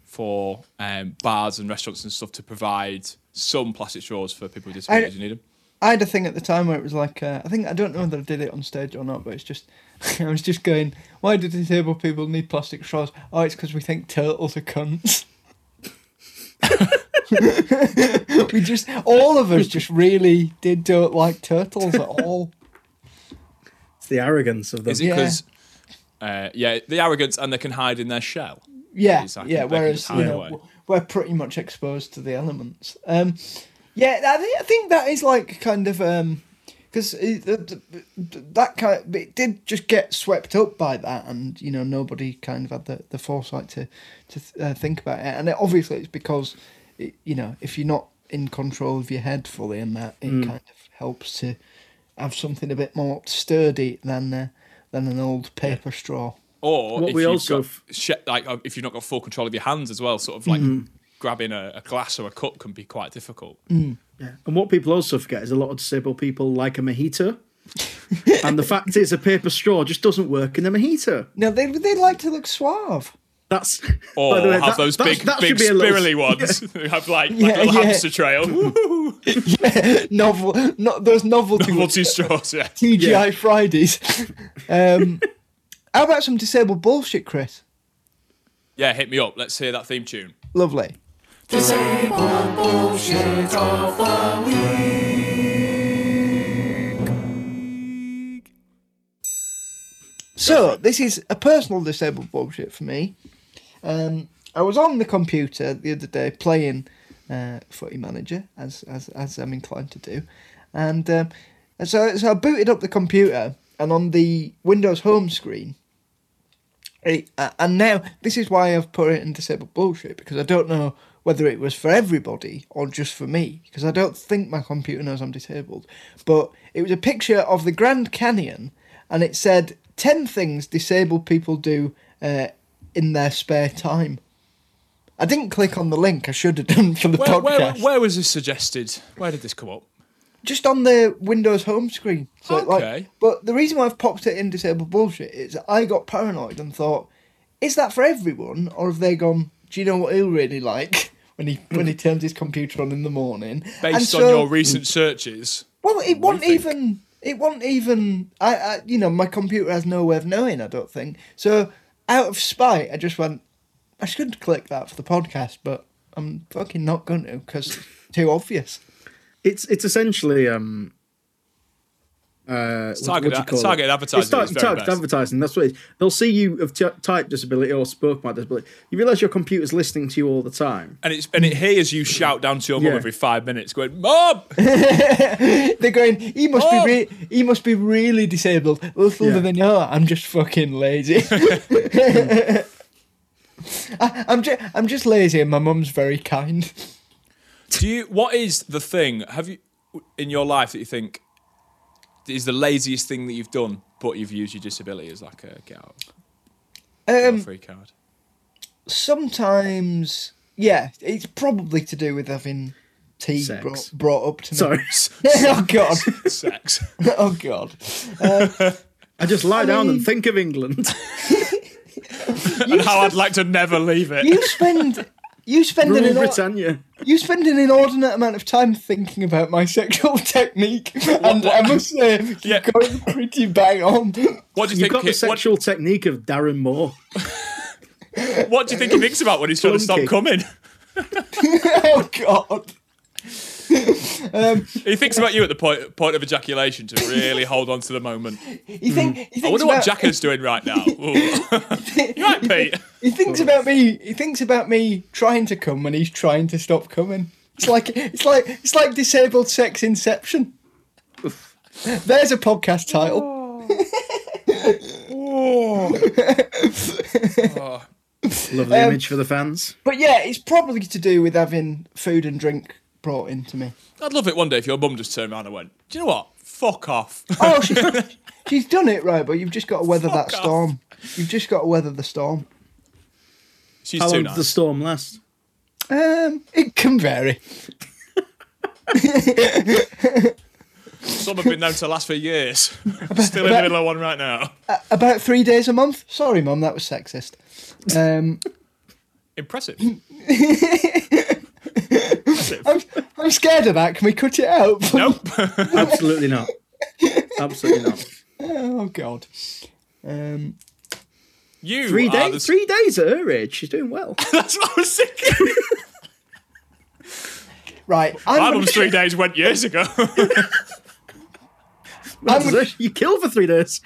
for um, bars and restaurants and stuff to provide some plastic straws for people with disabilities who need them.
I had a thing at the time where it was like, uh, I think I don't know whether I did it on stage or not, but it's just, [LAUGHS] I was just going, why do disabled people need plastic straws? Oh, it's because we think turtles are cunts. [LAUGHS] we just, all of us just really did don't like turtles at all.
It's the arrogance of them.
Is it
Yeah.
because, uh, yeah, the arrogance and they can hide in their shell?
Yeah,
Exactly,
yeah.
they can
Whereas
just
you
hide
know
away.
w- we're pretty much exposed to the elements. Um, yeah, I, thi- I think that is like kind of um, because that kind of, it did just get swept up by that, and you know nobody kind of had the, the foresight to to uh, think about it. And it, obviously, it's because it, you know if you're not in control of your head fully, and that it kind of helps to have something a bit more sturdy than uh, than an old paper straw.
Or
What
if
we
you've
also
got
f-
sh- like uh, if you've not got full control of your hands as well, sort of like grabbing a, a glass or a cup can be quite difficult.
Yeah. And what people also forget is a lot of disabled people like a mojito. and the fact is, a paper straw just doesn't work in a mojito.
No, they they like to look suave.
That's
Or
by the way,
have
that-
those
that-
big,
that
big
should be a little-
spirally ones
[LAUGHS]
who [LAUGHS] have like, like
Yeah,
a little
yeah.
hamster trail. Woo-hoo.
[LAUGHS] novel, no, those novelty ones,
Multi straws,
[LAUGHS]
yeah.
TGI Fridays. [LAUGHS] Um, how about some disabled bullshit, Chris?
Yeah, hit me up. Let's hear that theme tune.
Lovely. So this is a personal disabled bullshit for me. Um, I was on the computer the other day playing uh, Footy Manager, as, as as I'm inclined to do, and um, and so so I booted up the computer, and on the Windows home screen, it, uh, and now this is why I've put it in disabled bullshit because I don't know whether it was for everybody or just for me because I don't think my computer knows I'm disabled. But it was a picture of the Grand Canyon, and it said ten things disabled people do uh, in their spare time. I didn't click on the link. I should have done for the
Where,
podcast.
where, where was this suggested? Where did this come up?
just on the Windows home screen. So
Okay.
like, but the reason why I've popped it in disabled bullshit is I got paranoid and thought, is that for everyone, or have they gone? Do you know what he'll really like [LAUGHS] when he when he turns his computer on in the morning? And
Based on
so-
your recent searches,
well, it won't
think.
even. It won't even. I, I, you know, my computer has no way of knowing. I don't think so. Out of spite, I just went. I should click that for the podcast, but I'm fucking not going to because too obvious.
It's it's essentially um uh, what-
targeted-
what do you call it?
targeted advertising
It's tar-
is very
targeted
best.
advertising. That's what it is. They'll see you have t- typed disability or spoke about disability. You realise your computer's listening to you all the time.
and it's and it hears you shout down to your mum
Yeah.
every five minutes, going, "Mum,
They're going. He must
Oh!
be. Re- he must be really disabled. Little
Yeah.
do they know. Oh, I'm just fucking
[LAUGHS]
lazy. [LAUGHS] I, I'm just. I'm just lazy, and my mum's very kind.
do you? What is the thing? Have you in your life that you think is the laziest thing that you've done, but you've used your disability as like a get out, get out
Um,
free card?
sometimes, yeah, it's probably to do with having tea
Sex.
brought, brought up to me.
Sorry.
[LAUGHS] oh god.
Sex.
Oh god.
I just lie down
mean-
and think of England.
and how I'd like to never leave it.
You spend you spend an
Rule
inor-
Britannia.
you spend an inordinate amount of time thinking about my sexual [LAUGHS] technique, and I must say you're
Yeah.
going pretty bang on.
What do you
You've
think?
got the
he- what,
sexual technique of Darren Moore.
what do you think he thinks about when he's trying to stop
Flunky.
coming?
[LAUGHS] oh god.
He thinks about you at the point, point of ejaculation to really hold on to the moment.
You think, he thinks
Hmm. I wonder
about,
what Jacko's doing right
[LAUGHS]
[LAUGHS]
now. [LAUGHS] You're right, Pete. Oh.
He thinks about me. He thinks about me trying to come when he's trying to stop coming. It's like it's like it's like disabled sex inception. There's a podcast title.
Oh,
Lovely image for the fans.
But yeah, it's probably to do with having food and drink brought into me.
I'd love it one day if your mum just turned around and went, "Do you know what? Fuck off." [LAUGHS]
Oh, she, she's done it right, but you've just got to weather
Fuck
that
off.
storm. You've just got to weather the storm.
She's
How
too
long does
nice.
the storm last?
Um, it can vary.
Some have been known to last for
[LAUGHS]
years. Still in the middle of one right now.
About three days a month. Sorry, mum, that was sexist. Um,
Impressive.
I'm, I'm scared of that. Can we cut it out?
nope. [LAUGHS]
Absolutely not. Absolutely not.
[LAUGHS] Oh God. Um,
You
Three
are
days.
the-
Three days at her age, she's doing well.
[LAUGHS] That's what I was thinking.
[LAUGHS]
right.
My
I'm,
mum's
gonna,
three days went years ago. [LAUGHS]
[LAUGHS] you kill for three days.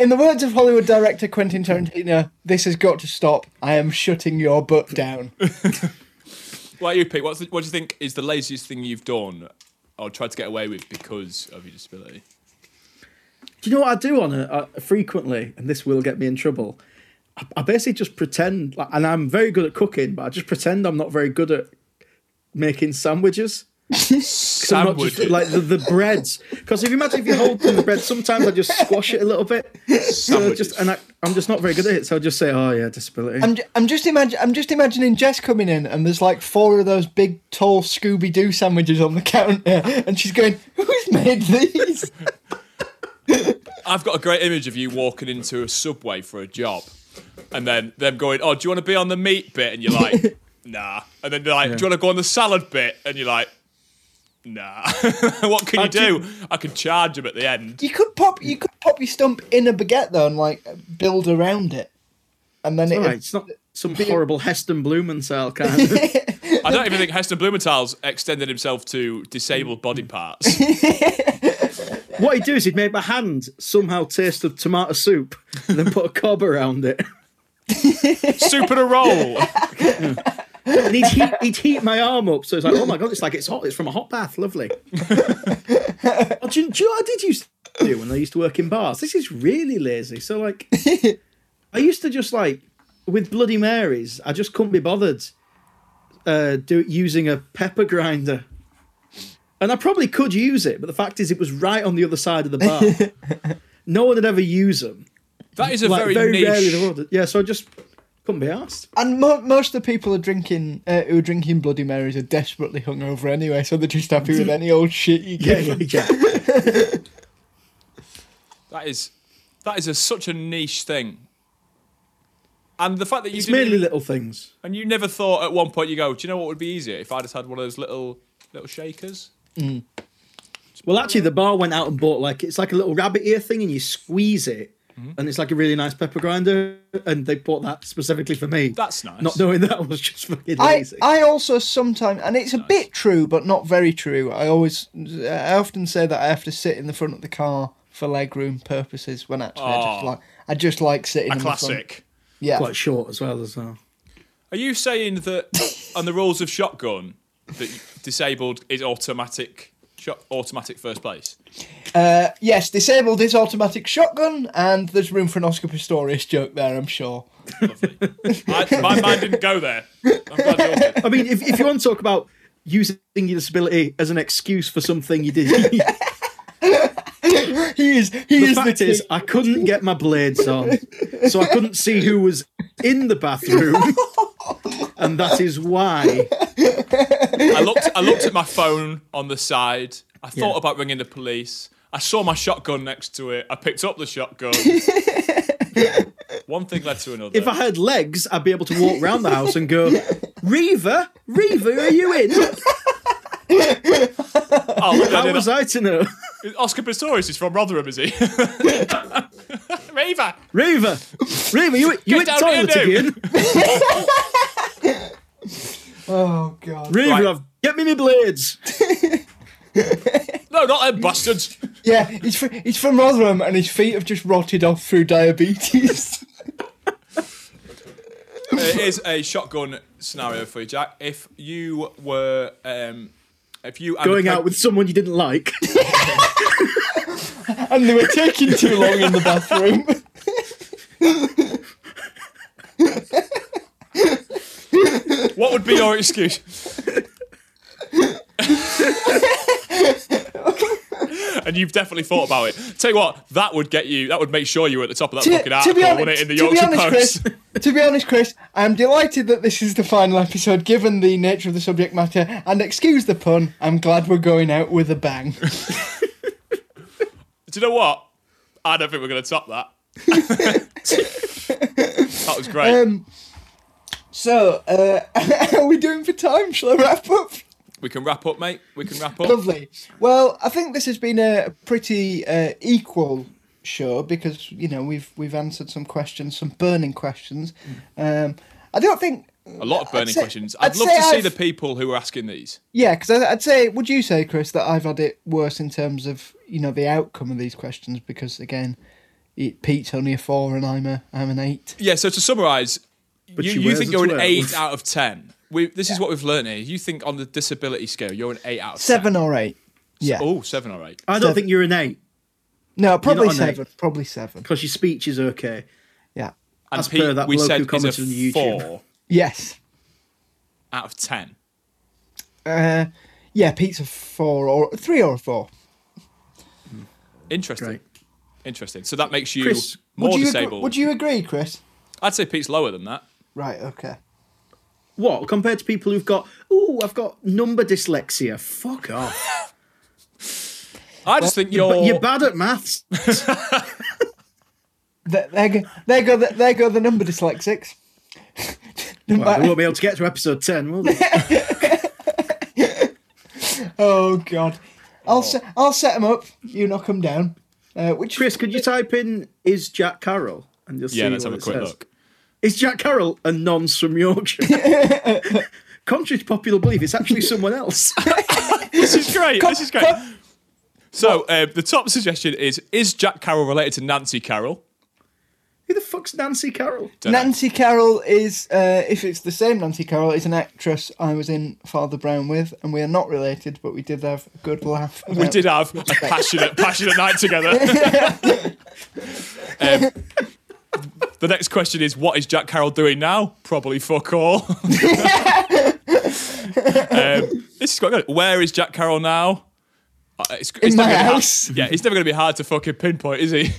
in the words of Hollywood director Quentin Tarantino, this has got to stop. I am shutting your butt
[LAUGHS]
down.
Why you, Pete? What's the, what do you think is the laziest thing you've done or tried to get away with because of your disability?
Do you know what I do on it uh, frequently? And this will get me in trouble. I, I basically just pretend, like, and I'm very good at cooking, but I just pretend I'm not very good at making sandwiches. 'Cause I'm not just-
Sandwiches.
like the, the breads. Because if you imagine if you hold the bread, sometimes I just squash it a little bit. So
Sandwiches.
just and I, I'm just not very good at it. So I just say, oh yeah, disability.
I'm, ju- I'm just imagine I'm just imagining Jess coming in and there's like four of those big tall Scooby Doo sandwiches on the counter [LAUGHS] and she's going, "Who's made these?"
I've got a great image of you walking into a subway for a job, and then them going, "Oh, do you want to be on the meat bit?" And you're
[LAUGHS]
like, "Nah." And then they're like, "Do you want to go on the salad bit?" And you're like, "Nah." [LAUGHS] what can you do? I can charge them at the end.
You could pop you could pop your stump in a baguette though and like build around it, and then
All
it
right, it's not some horrible Heston Blumenthal kind of.
I don't even think Heston Blumenthal's extended himself to disabled
[LAUGHS]
body parts.
What he'd do is he'd make my hand somehow taste of tomato soup and then put a cob around it.
Soup and a
[LAUGHS]
roll.
And he'd heat, he'd heat my arm up. So it's like, oh my God, it's like it's hot. It's from a hot bath. [LAUGHS] Lovely. Oh, do, you, do you know what I did used to do when I used to work in bars? This is really lazy. So, like, I used to just, like, with Bloody Marys, I just couldn't be bothered uh, do, using a pepper grinder. And I probably could use it, but the fact is, it was right on the other side of the bar. [LAUGHS] no one had ever used them.
That is a
like
very,
very, rarely they
niche.
would. Yeah, so I just couldn't be asked.
And mo- most of the people are drinking uh, who are drinking Bloody Marys are desperately hungover anyway, so they're just happy with any old shit you give. them.
[LAUGHS] yeah.
That is that is a, such a niche thing. And the fact that you
It's
didn't
merely
even-
little things.
And you never thought at one point you go, do you know what would be easier if I just had one of those little little shakers?
Well, actually, the bar went out and bought like it's like a little rabbit ear thing, and you squeeze it,
Mm-hmm.
and it's like a really nice pepper grinder. And they bought that specifically for me.
That's nice.
Not knowing that was just fucking
I,
lazy.
I also sometimes, and it's a bit true, but not very true. I always, I often say that I have to sit in the front of the car for legroom purposes when actually I just
Oh.
like, I just like sitting in the front.
Classic.
Yeah.
Quite short as well as well.
Are you saying that [COUGHS] on the rules of shotgun that disabled is automatic shot, automatic first place?
Uh, yes, disabled is automatic shotgun, and there's room for an Oscar Pistorius joke there, I'm sure. [LAUGHS]
Lovely. I, my mind didn't go there. I'm glad yours did.
I mean, if, if you want to talk about using your disability as an excuse for something
[LAUGHS]
you did, the
He is, he is the
fact is,
king.
I couldn't get my blades on, so I couldn't see who was in
[LAUGHS]
the bathroom, and that is why.
I looked. I looked at my phone on the side. I thought about ringing the police. I saw my shotgun next to it. I picked up the
[LAUGHS]
shotgun. One thing led to another.
If I had legs, I'd be able to walk around the house and go, Reva, Reva, are you in?
oh, look, I
How
did-
was [LAUGHS] I to know?
Oscar Pistorius is from Rotherham, is he? [LAUGHS] Raver,
Reva, Reva, you you in
Get down here
toilet
now.
again?
Oh god.
Reva,
Right.
I've- get me my blades.
No, not Uh, them bastards.
Yeah, he's fr- he's from Rotherham, and his feet have just rotted off through diabetes. [LAUGHS]
it is a shotgun scenario for you, Jack. If you were, um, if you and
Going
a
out with someone you didn't like.
and they were taking too long in the bathroom.
what would be your excuse? and you've definitely thought about it. Tell you what, that would get you. That would make sure you were at the top of that fucking article, wouldn't it? In the
to be
Yorkshire
honest,
Post.
Chris, to be honest, Chris, I'm delighted that this is the final episode, given the nature of the subject matter. And excuse the pun, I'm glad we're going out with a bang.
[LAUGHS]
[LAUGHS]
Do you know what? I don't think we're going to top
[LAUGHS]
that. that was great.
um, so, uh, [LAUGHS] how are we doing for time? Shall I wrap up?
we can wrap up, mate. We can wrap up.
Lovely. Well, I think this has been a pretty uh, equal show because you know we've we've answered some questions, some burning questions. Um, I don't think
Hmm. A lot of burning
say-
questions. I'd,
I'd
love
say
to see
I've-
the people who are asking these.
Yeah, because I'd say, would you say, Chris, that I've had it worse in terms of you know the outcome of these questions? Because again, it, Pete's only a four and I'm a I'm an eight.
Yeah, so to summarise, you,
she
you
wears
think
a
you're an
12.
8 out of 10. We, this is what we've learned here. You think on the disability scale, you're an 8 out of 10.
Seven or eight? Yeah.
Oh, seven or 8.
I don't
So-
think you're an eight
No, probably
an eight.
seven. Probably seven.
because your speech is okay.
Yeah.
And
As per that
we
bloke
said
who
is
commented on
a
YouTube.
4
Yes.
out of 10.
Uh, yeah, Pete's a four or three or a four.
Interesting.
Great.
Interesting. So that makes you
Chris,
more
would you
disabled.
Agree, would you agree, Chris?
I'd say Pete's lower than that.
Right. Okay.
What compared to people who've got? Ooh, I've got number dyslexia. Fuck off.
I just think you're...
But you're bad at maths.
Th- There go, there go, the, there go the number dyslexics. [LAUGHS] Number-
Well, we won't be able to get to episode ten, will we?
oh God. I'll se- I'll set them up. You knock them down. Uh, which
Chris, could you type in "Is Jack Carroll" and you'll see
yeah, let's
what
have a
it
quick
says.
look.
Is Jack Carroll a nonce from Yorkshire? [LAUGHS] Contrary to popular belief, it's actually someone [LAUGHS] else.
This is great. This is great. So uh, the top suggestion is, is Jack Carroll related to Nancy Carroll?
Who the fuck's Nancy Carroll?
Don't know.
Nancy Carroll is, uh, if it's the same Nancy Carroll, is an actress I was in Father Brown with, and we are not related, but we did have a good laugh.
[LAUGHS] We
about-
did have a passionate, passionate
[LAUGHS]
night together. Um, the next question is, what is Jack Carroll doing now? Probably fuck all. [LAUGHS] um, this is quite good. Where is Jack Carroll now? Uh, it's, it's
my
never gonna be
house.
Hard, yeah, it's never going to be hard to fucking pinpoint,
[LAUGHS]
is he?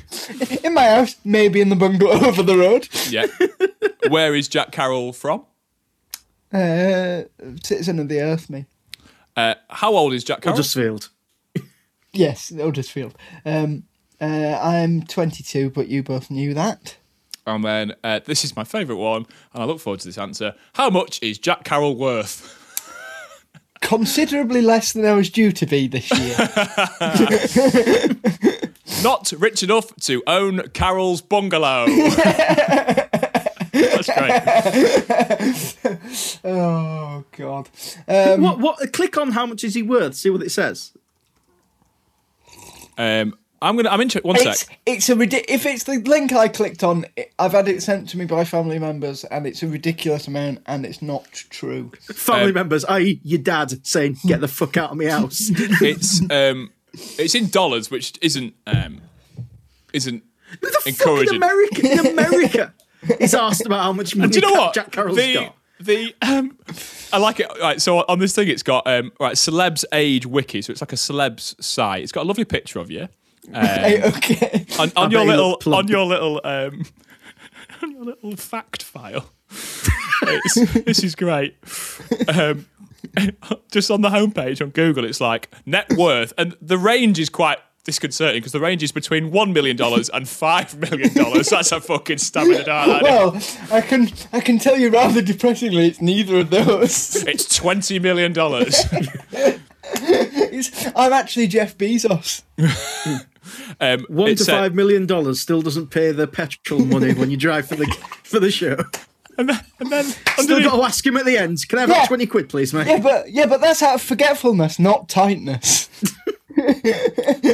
[LAUGHS] In my house, maybe in the bungalow [LAUGHS] over the road.
Yeah. Where is Jack Carroll from?
Uh, citizen of the Earth, me.
Uh, how old is Jack Carroll?
Huddersfield.
Yes, Huddersfield. Um, uh, I'm 22, but you both knew that.
And then uh, this is my favourite one, and I look forward to this answer. How much is Jack Carroll worth?
Considerably less than I was due to be this year.
not rich enough to own Carol's
[LAUGHS]
bungalow. That's great.
oh, God. Um,
What? What? Click on how much is he worth. See what it says.
Um, I'm gonna. I'm interested. One
It's,
sec.
it's a ridi- if it's the link I clicked on, it, I've had it sent to me by family members, and it's a ridiculous amount, and it's not true.
Family
Um,
members, i.e., your dad, saying, "Get the fuck out of my house." [LAUGHS] Who
It's um, it's in dollars, which isn't um, isn't.
the fuck in
Encouraging.
America? In America, [LAUGHS] he's asked about how much money
Do you know
Ca-
what?
Jack Carroll's
the
got.
the um, I like it. Right, so on this thing, it's got um, right, celebs age wiki. So it's like a celebs site. It's got a lovely picture of you. Um,
Hey, [LAUGHS] okay.
on, on
bet
your
you
little
look plump.
on your little um [LAUGHS] on your little fact file. [LAUGHS] It's- this is great. Um, [LAUGHS] just on the homepage on Google, it's like net worth, and the range is quite disconcerting because the range is between one million dollars and five million dollars. That's a fucking stab in the dark. that is.
Well, I can I can tell you rather depressingly, it's neither of those. [LAUGHS]
It's twenty million
[LAUGHS]
dollars.
It's, I'm actually Jeff Bezos.
Um,
One
it
to
said-
five million dollars still doesn't pay the petrol money when you drive for the for
[LAUGHS]
the show.
and then, and then
Still
underneath-
got to ask him at the end. Can I have that
Yeah.
twenty quid, please, mate?
Yeah, but yeah, but that's out of forgetfulness, not tightness.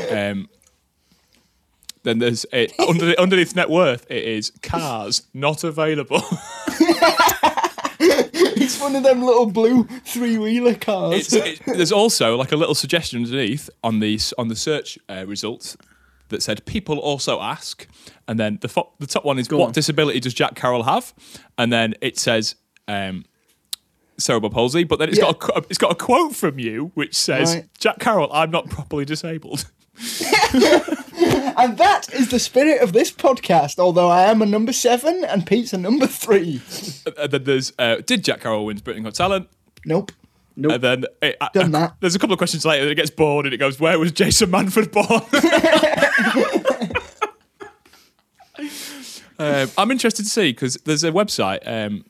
Um, then there's it under, underneath net worth. It is cars not available. [LAUGHS]
It's one of them little blue three wheeler cars.
It's- it- there's also like a little suggestion underneath on the s- on the search uh, results that said people also ask, and then the fo- the top one is what
on.
disability does Jack Carroll have, and then it says. Um, Cerebral palsy, but then it's got a, qu- it's got a quote from you which says,
Right.
"Jack Carroll, I'm not properly [LAUGHS] disabled."
And that is the spirit of this podcast, although I am a number seven and Pete's a number three.
and then there's, uh, "Did Jack Carroll win Britain Got Talent?"
Nope.
Nope.
And then it, I-
Done that.
there's a couple of questions later that it gets bored and it goes, Where was Jason Manford born? [LAUGHS] um, I'm interested to see because there's a website um,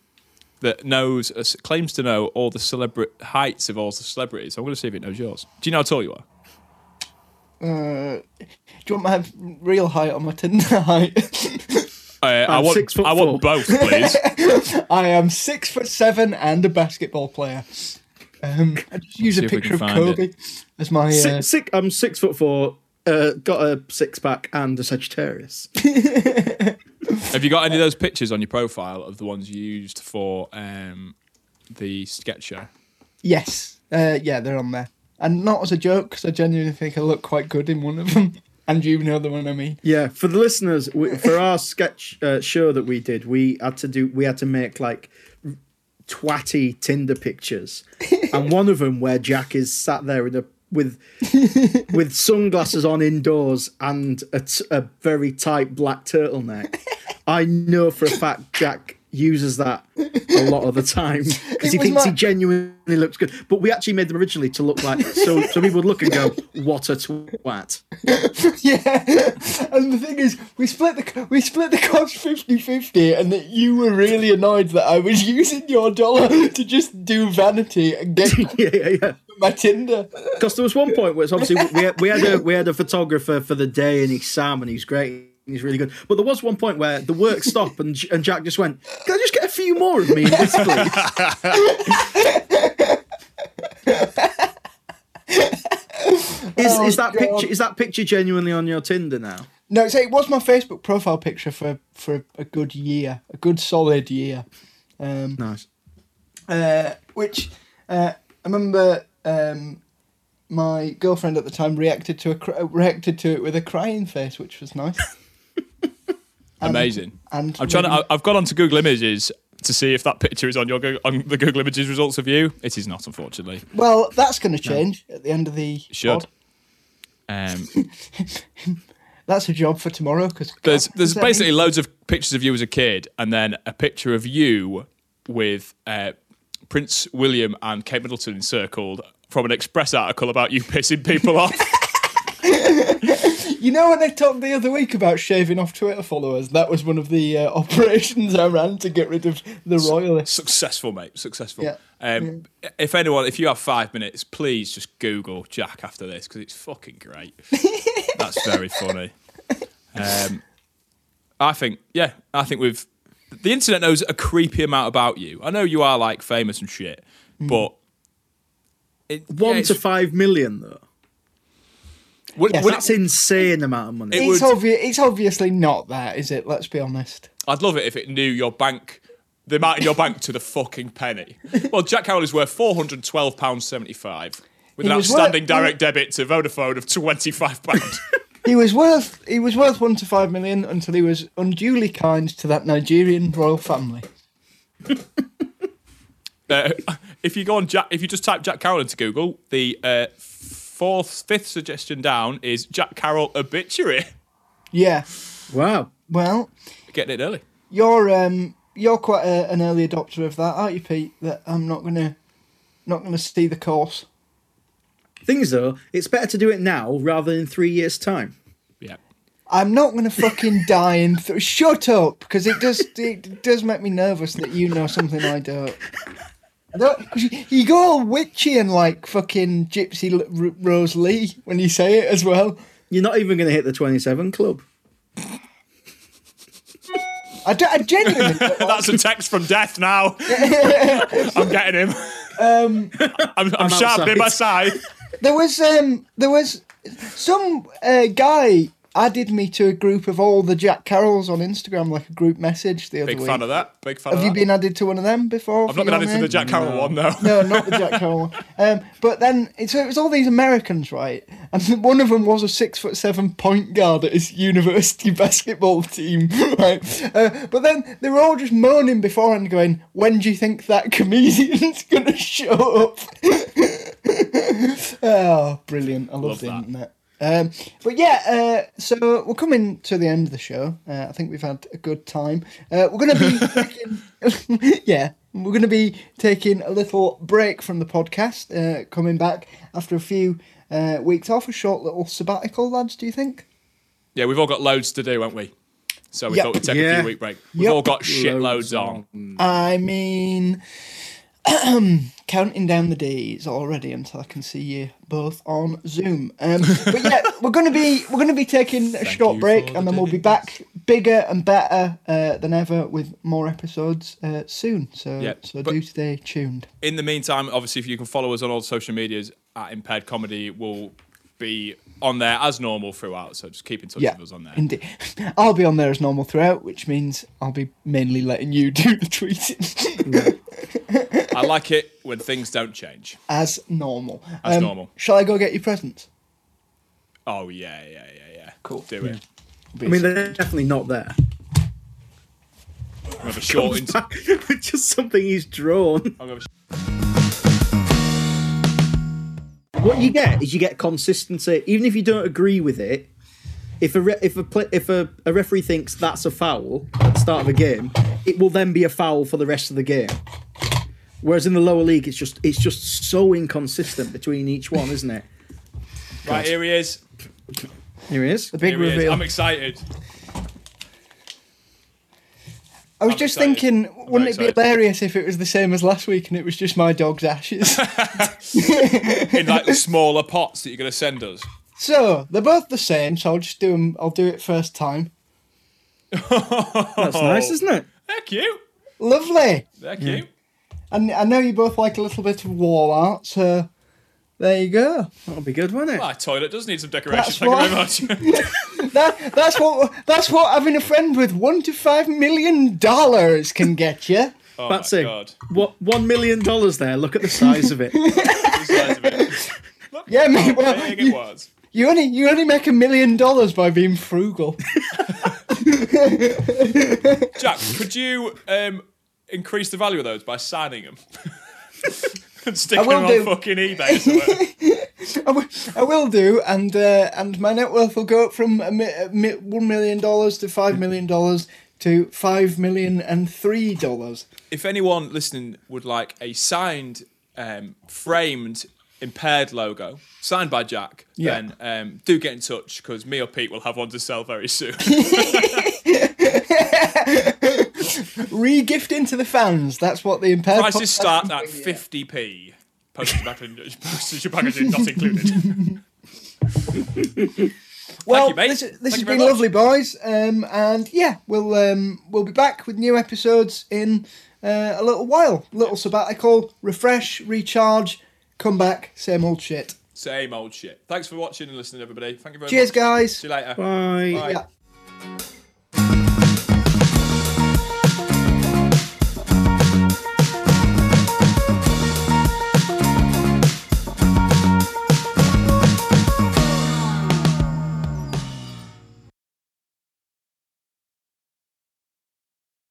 that knows uh, s- claims to know all the celebrity heights of all the celebrities. I'm going to see if it knows yours. Do you know how tall you are?
Uh, do you want my real height or my Tinder [LAUGHS] height?
Uh, I
I'm
want
six foot
I want both,
[LAUGHS]
please.
I am six foot seven and a basketball player. Um, I just use
see
a
if we
picture
can
of
find
Kobe as my. Uh,
Six, six, I'm six foot four. Uh, got a six pack and a Sagittarius.
Have you got any of those pictures on your profile of the ones you used for um, the sketch show?
yes, uh, yeah, they're on there, and not as a joke because I genuinely think I look quite good in one of them, [LAUGHS] and you know the one I mean.
Yeah, for the listeners,
[LAUGHS]
we, for our sketch uh, show that we did, we had to do we had to make like twatty
[LAUGHS]
Tinder pictures, and one of them where Jack is sat there in a
[LAUGHS]
with with sunglasses on indoors and a, t- a very tight black turtleneck. I know for a fact Jack uses that a lot of
[LAUGHS]
the time because he
It was
thinks he
my-
genuinely looks good. But we actually made them originally to look like so so people would look and go, "What a twat."
[LAUGHS]
[LAUGHS]
Yeah, and the thing is, we split the we split the cost 50-50 and that you were really annoyed that I was [LAUGHS] using your dollar to just do vanity and get
yeah, yeah, yeah.
my Tinder.
Because there was one point where
[LAUGHS]
it's obviously we had, we had a we had a photographer for the day and he's Sam and he's great and he's really good. But there was one point where the work stopped and J- and Jack just went, "Can I just get a few more of me in this, please?"
[LAUGHS]
Is,
Oh,
is that
God.
picture is that picture genuinely on your Tinder now?
No, so it was my Facebook profile picture for for a good year, a good solid year. Um,
Nice.
uh, which uh, I remember um, my girlfriend at the time reacted to a cr- uh, reacted to it with a crying face, which was nice.
Amazing.
and
I'm trying to.
maybe-
I- I've gone onto Google Images to see if that picture is on your Goo- on the Google Images results of you. It is not, unfortunately.
Well, that's going to change at the end of the
Should.
pod.
Um,
That's a job for tomorrow because
there's there's basically loads of pictures of you as a kid, and then a picture of you with uh, Prince William and Kate Middleton encircled from an Express article about you [LAUGHS] pissing people off.
you know when I talked the other week about shaving off Twitter followers, that was one of the uh, [LAUGHS] operations I ran to get rid of the royalists.
successful, mate. Successful.
Yeah.
Um, If anyone, if you have five minutes, please just Google Jack after this because it's fucking
[LAUGHS]
great. That's very funny. Um, I think, yeah, I think we've. The internet knows a creepy amount about you. I know you are like famous and shit,
Mm.
but. It,
One
yeah,
to
it's-
five million though.
would-
Yes,
would
that
That's insane amount of money.
It
It's
would-
obvious. It's obviously not that, is it? Let's be honest.
I'd love it if it knew your bank, the amount in your bank to the fucking penny. Well, Jack Carroll is worth £412.75 with an
He was
outstanding
worth-
direct debit to Vodafone
[LAUGHS]
of £25.
He was worth he was worth one to five million until he was unduly kind to that Nigerian royal family.
uh, if you go on Jack, if you just type Jack Carroll into Google, the uh, fourth, fifth suggestion down is Jack Carroll obituary.
Yeah.
Wow.
Well,
Getting it early.
You're um you're quite a, an early adopter of that, aren't you, Pete? That I'm not gonna not gonna see the course.
Thing is, though, it's better to do it now rather than in three years' time.
Yeah.
I'm not gonna fucking die in. Th- Shut up, because it does it does make me nervous that you know something I don't. No, 'cause you, you go all witchy and like fucking Gypsy L- R- Rose Lee when you say it as well.
You're not even going to hit the 27 club.
I, d- I genuinely don't like-
That's a text from
[LAUGHS]
death now. I'm getting him.
um,
[LAUGHS] I'm, I'm, sharpening
outside.
my side.
there was um there was some uh, guy added me to a group of all the Jack Carols on Instagram, like a group message the other
Big
week.
fan of that. Big fan
Have
of
you
that.
been added to one of them before?
I've not been added to the Jack Carroll one, though.
[LAUGHS] No, not the Jack Carroll one. Um, but then it, so it was all these Americans, right? And [LAUGHS] one of them was a six foot seven point guard at his university [LAUGHS] basketball team, [LAUGHS] right? Uh, but then they were all just moaning beforehand, going, "When do you think that [LAUGHS] comedian's gonna show up?" oh, brilliant! I love,
Love
the
that.
internet. Um, but yeah, uh, so we're coming to the end of the show. Uh, I think we've had a good time. Uh, we're going to be, taking, [LAUGHS] yeah, we're going to be taking a little break from the podcast. Uh, coming back after a few uh, weeks off, a short little sabbatical, lads. Do you think?
Yeah, we've all got loads to do, haven't we? So we
Yep.
thought we'd take a
Yeah.
few week break. We've
Yep.
all got shit loads, on.
I mean, [CLEARS THROAT] counting down the days already until I can see you both on Zoom. Um, but
[LAUGHS]
yeah, we're gonna be we're gonna be taking a short
you
break,
for
and
the
then we'll be
days.
back bigger and better uh, than ever with more episodes uh, soon. So
Yeah,
so
but-
do stay tuned.
In the meantime, obviously, if you can follow us on all social medias at Impaired Comedy, we'll be on there as normal throughout. So just keep in touch
Yeah,
with us on there.
indeed. [LAUGHS] I'll be on there as normal throughout, which means I'll be mainly letting you [LAUGHS] do the tweeting
I like it when things don't change.
as normal. Um,
As normal.
Shall I go get your presents?
Oh, yeah, yeah, yeah, yeah.
Cool.
Do it.
I mean, they're definitely not there. [LAUGHS]
I'm gonna have a short inter-
It's just something he's drawn.
I'm gonna have a
What you get is you get consistency, even if you don't agree with it. If a re- if a pla if a, a referee thinks that's a foul at the start of a game, it will then be a foul for the rest of the game. Whereas in the lower league, it's just it's just so inconsistent between each one, isn't it?
Right, here he is.
Here it is.
the big
Here he is.
reveal.
I'm excited.
I was
I'm
just
excited.
thinking,
I'm
wouldn't it
excited.
be hilarious if it was the same as last week and it was just my dog's
[LAUGHS]
ashes?
In
[LAUGHS]
like the smaller pots that you're going to send us.
so they're both the same, so I'll just do them. I'll do it first time.
That's nice,
oh.
isn't it?
They're cute.
Lovely.
They're cute.
And I know you both like a little bit of wall art, so there you go.
That'll be good, won't it?
My toilet does need some decoration.
That's
Thank
why-
you very much. [LAUGHS]
That, that's what that's what having a friend with one to five million dollars can get you.
Oh
[LAUGHS] That's
my
it.
god.
What one million dollars there? Look at the size
[LAUGHS]
of it.
The size of it. Look
Yeah, mate,
how
well,
big
you-
it was.
You only you only make a million dollars by being frugal.
Jack, could you um, increase the value of those by signing them? [LAUGHS] and sticking
will
them on
do.
fucking eBay somewhere. [LAUGHS]
I, w- I will do, and uh, and my net worth will go up from a mi- a mi- one million dollars to five million dollars to five million and three dollars.
if anyone listening would like a signed, um, framed, impaired logo, signed by Jack,
Yeah.
then um, do get in touch because me or Pete will have one to sell
[LAUGHS]
very soon.
Regift into the fans. That's what the impaired
Prices
podcast
start
is [LAUGHS]
at
doing, yeah.
50p. Postage package, postage packaging not included. [LAUGHS]
Well,
you, mate.
this, this
Thank
has
you very
been
much.
lovely, boys. Um, and yeah, we'll um, we'll be back with new episodes in uh, a little while. Little sabbatical, refresh, recharge, come back, same old shit.
Same old shit. Thanks for watching and listening, everybody. Thank you very
Cheers,
much.
guys.
See you later.
Bye.
Bye.
Yeah.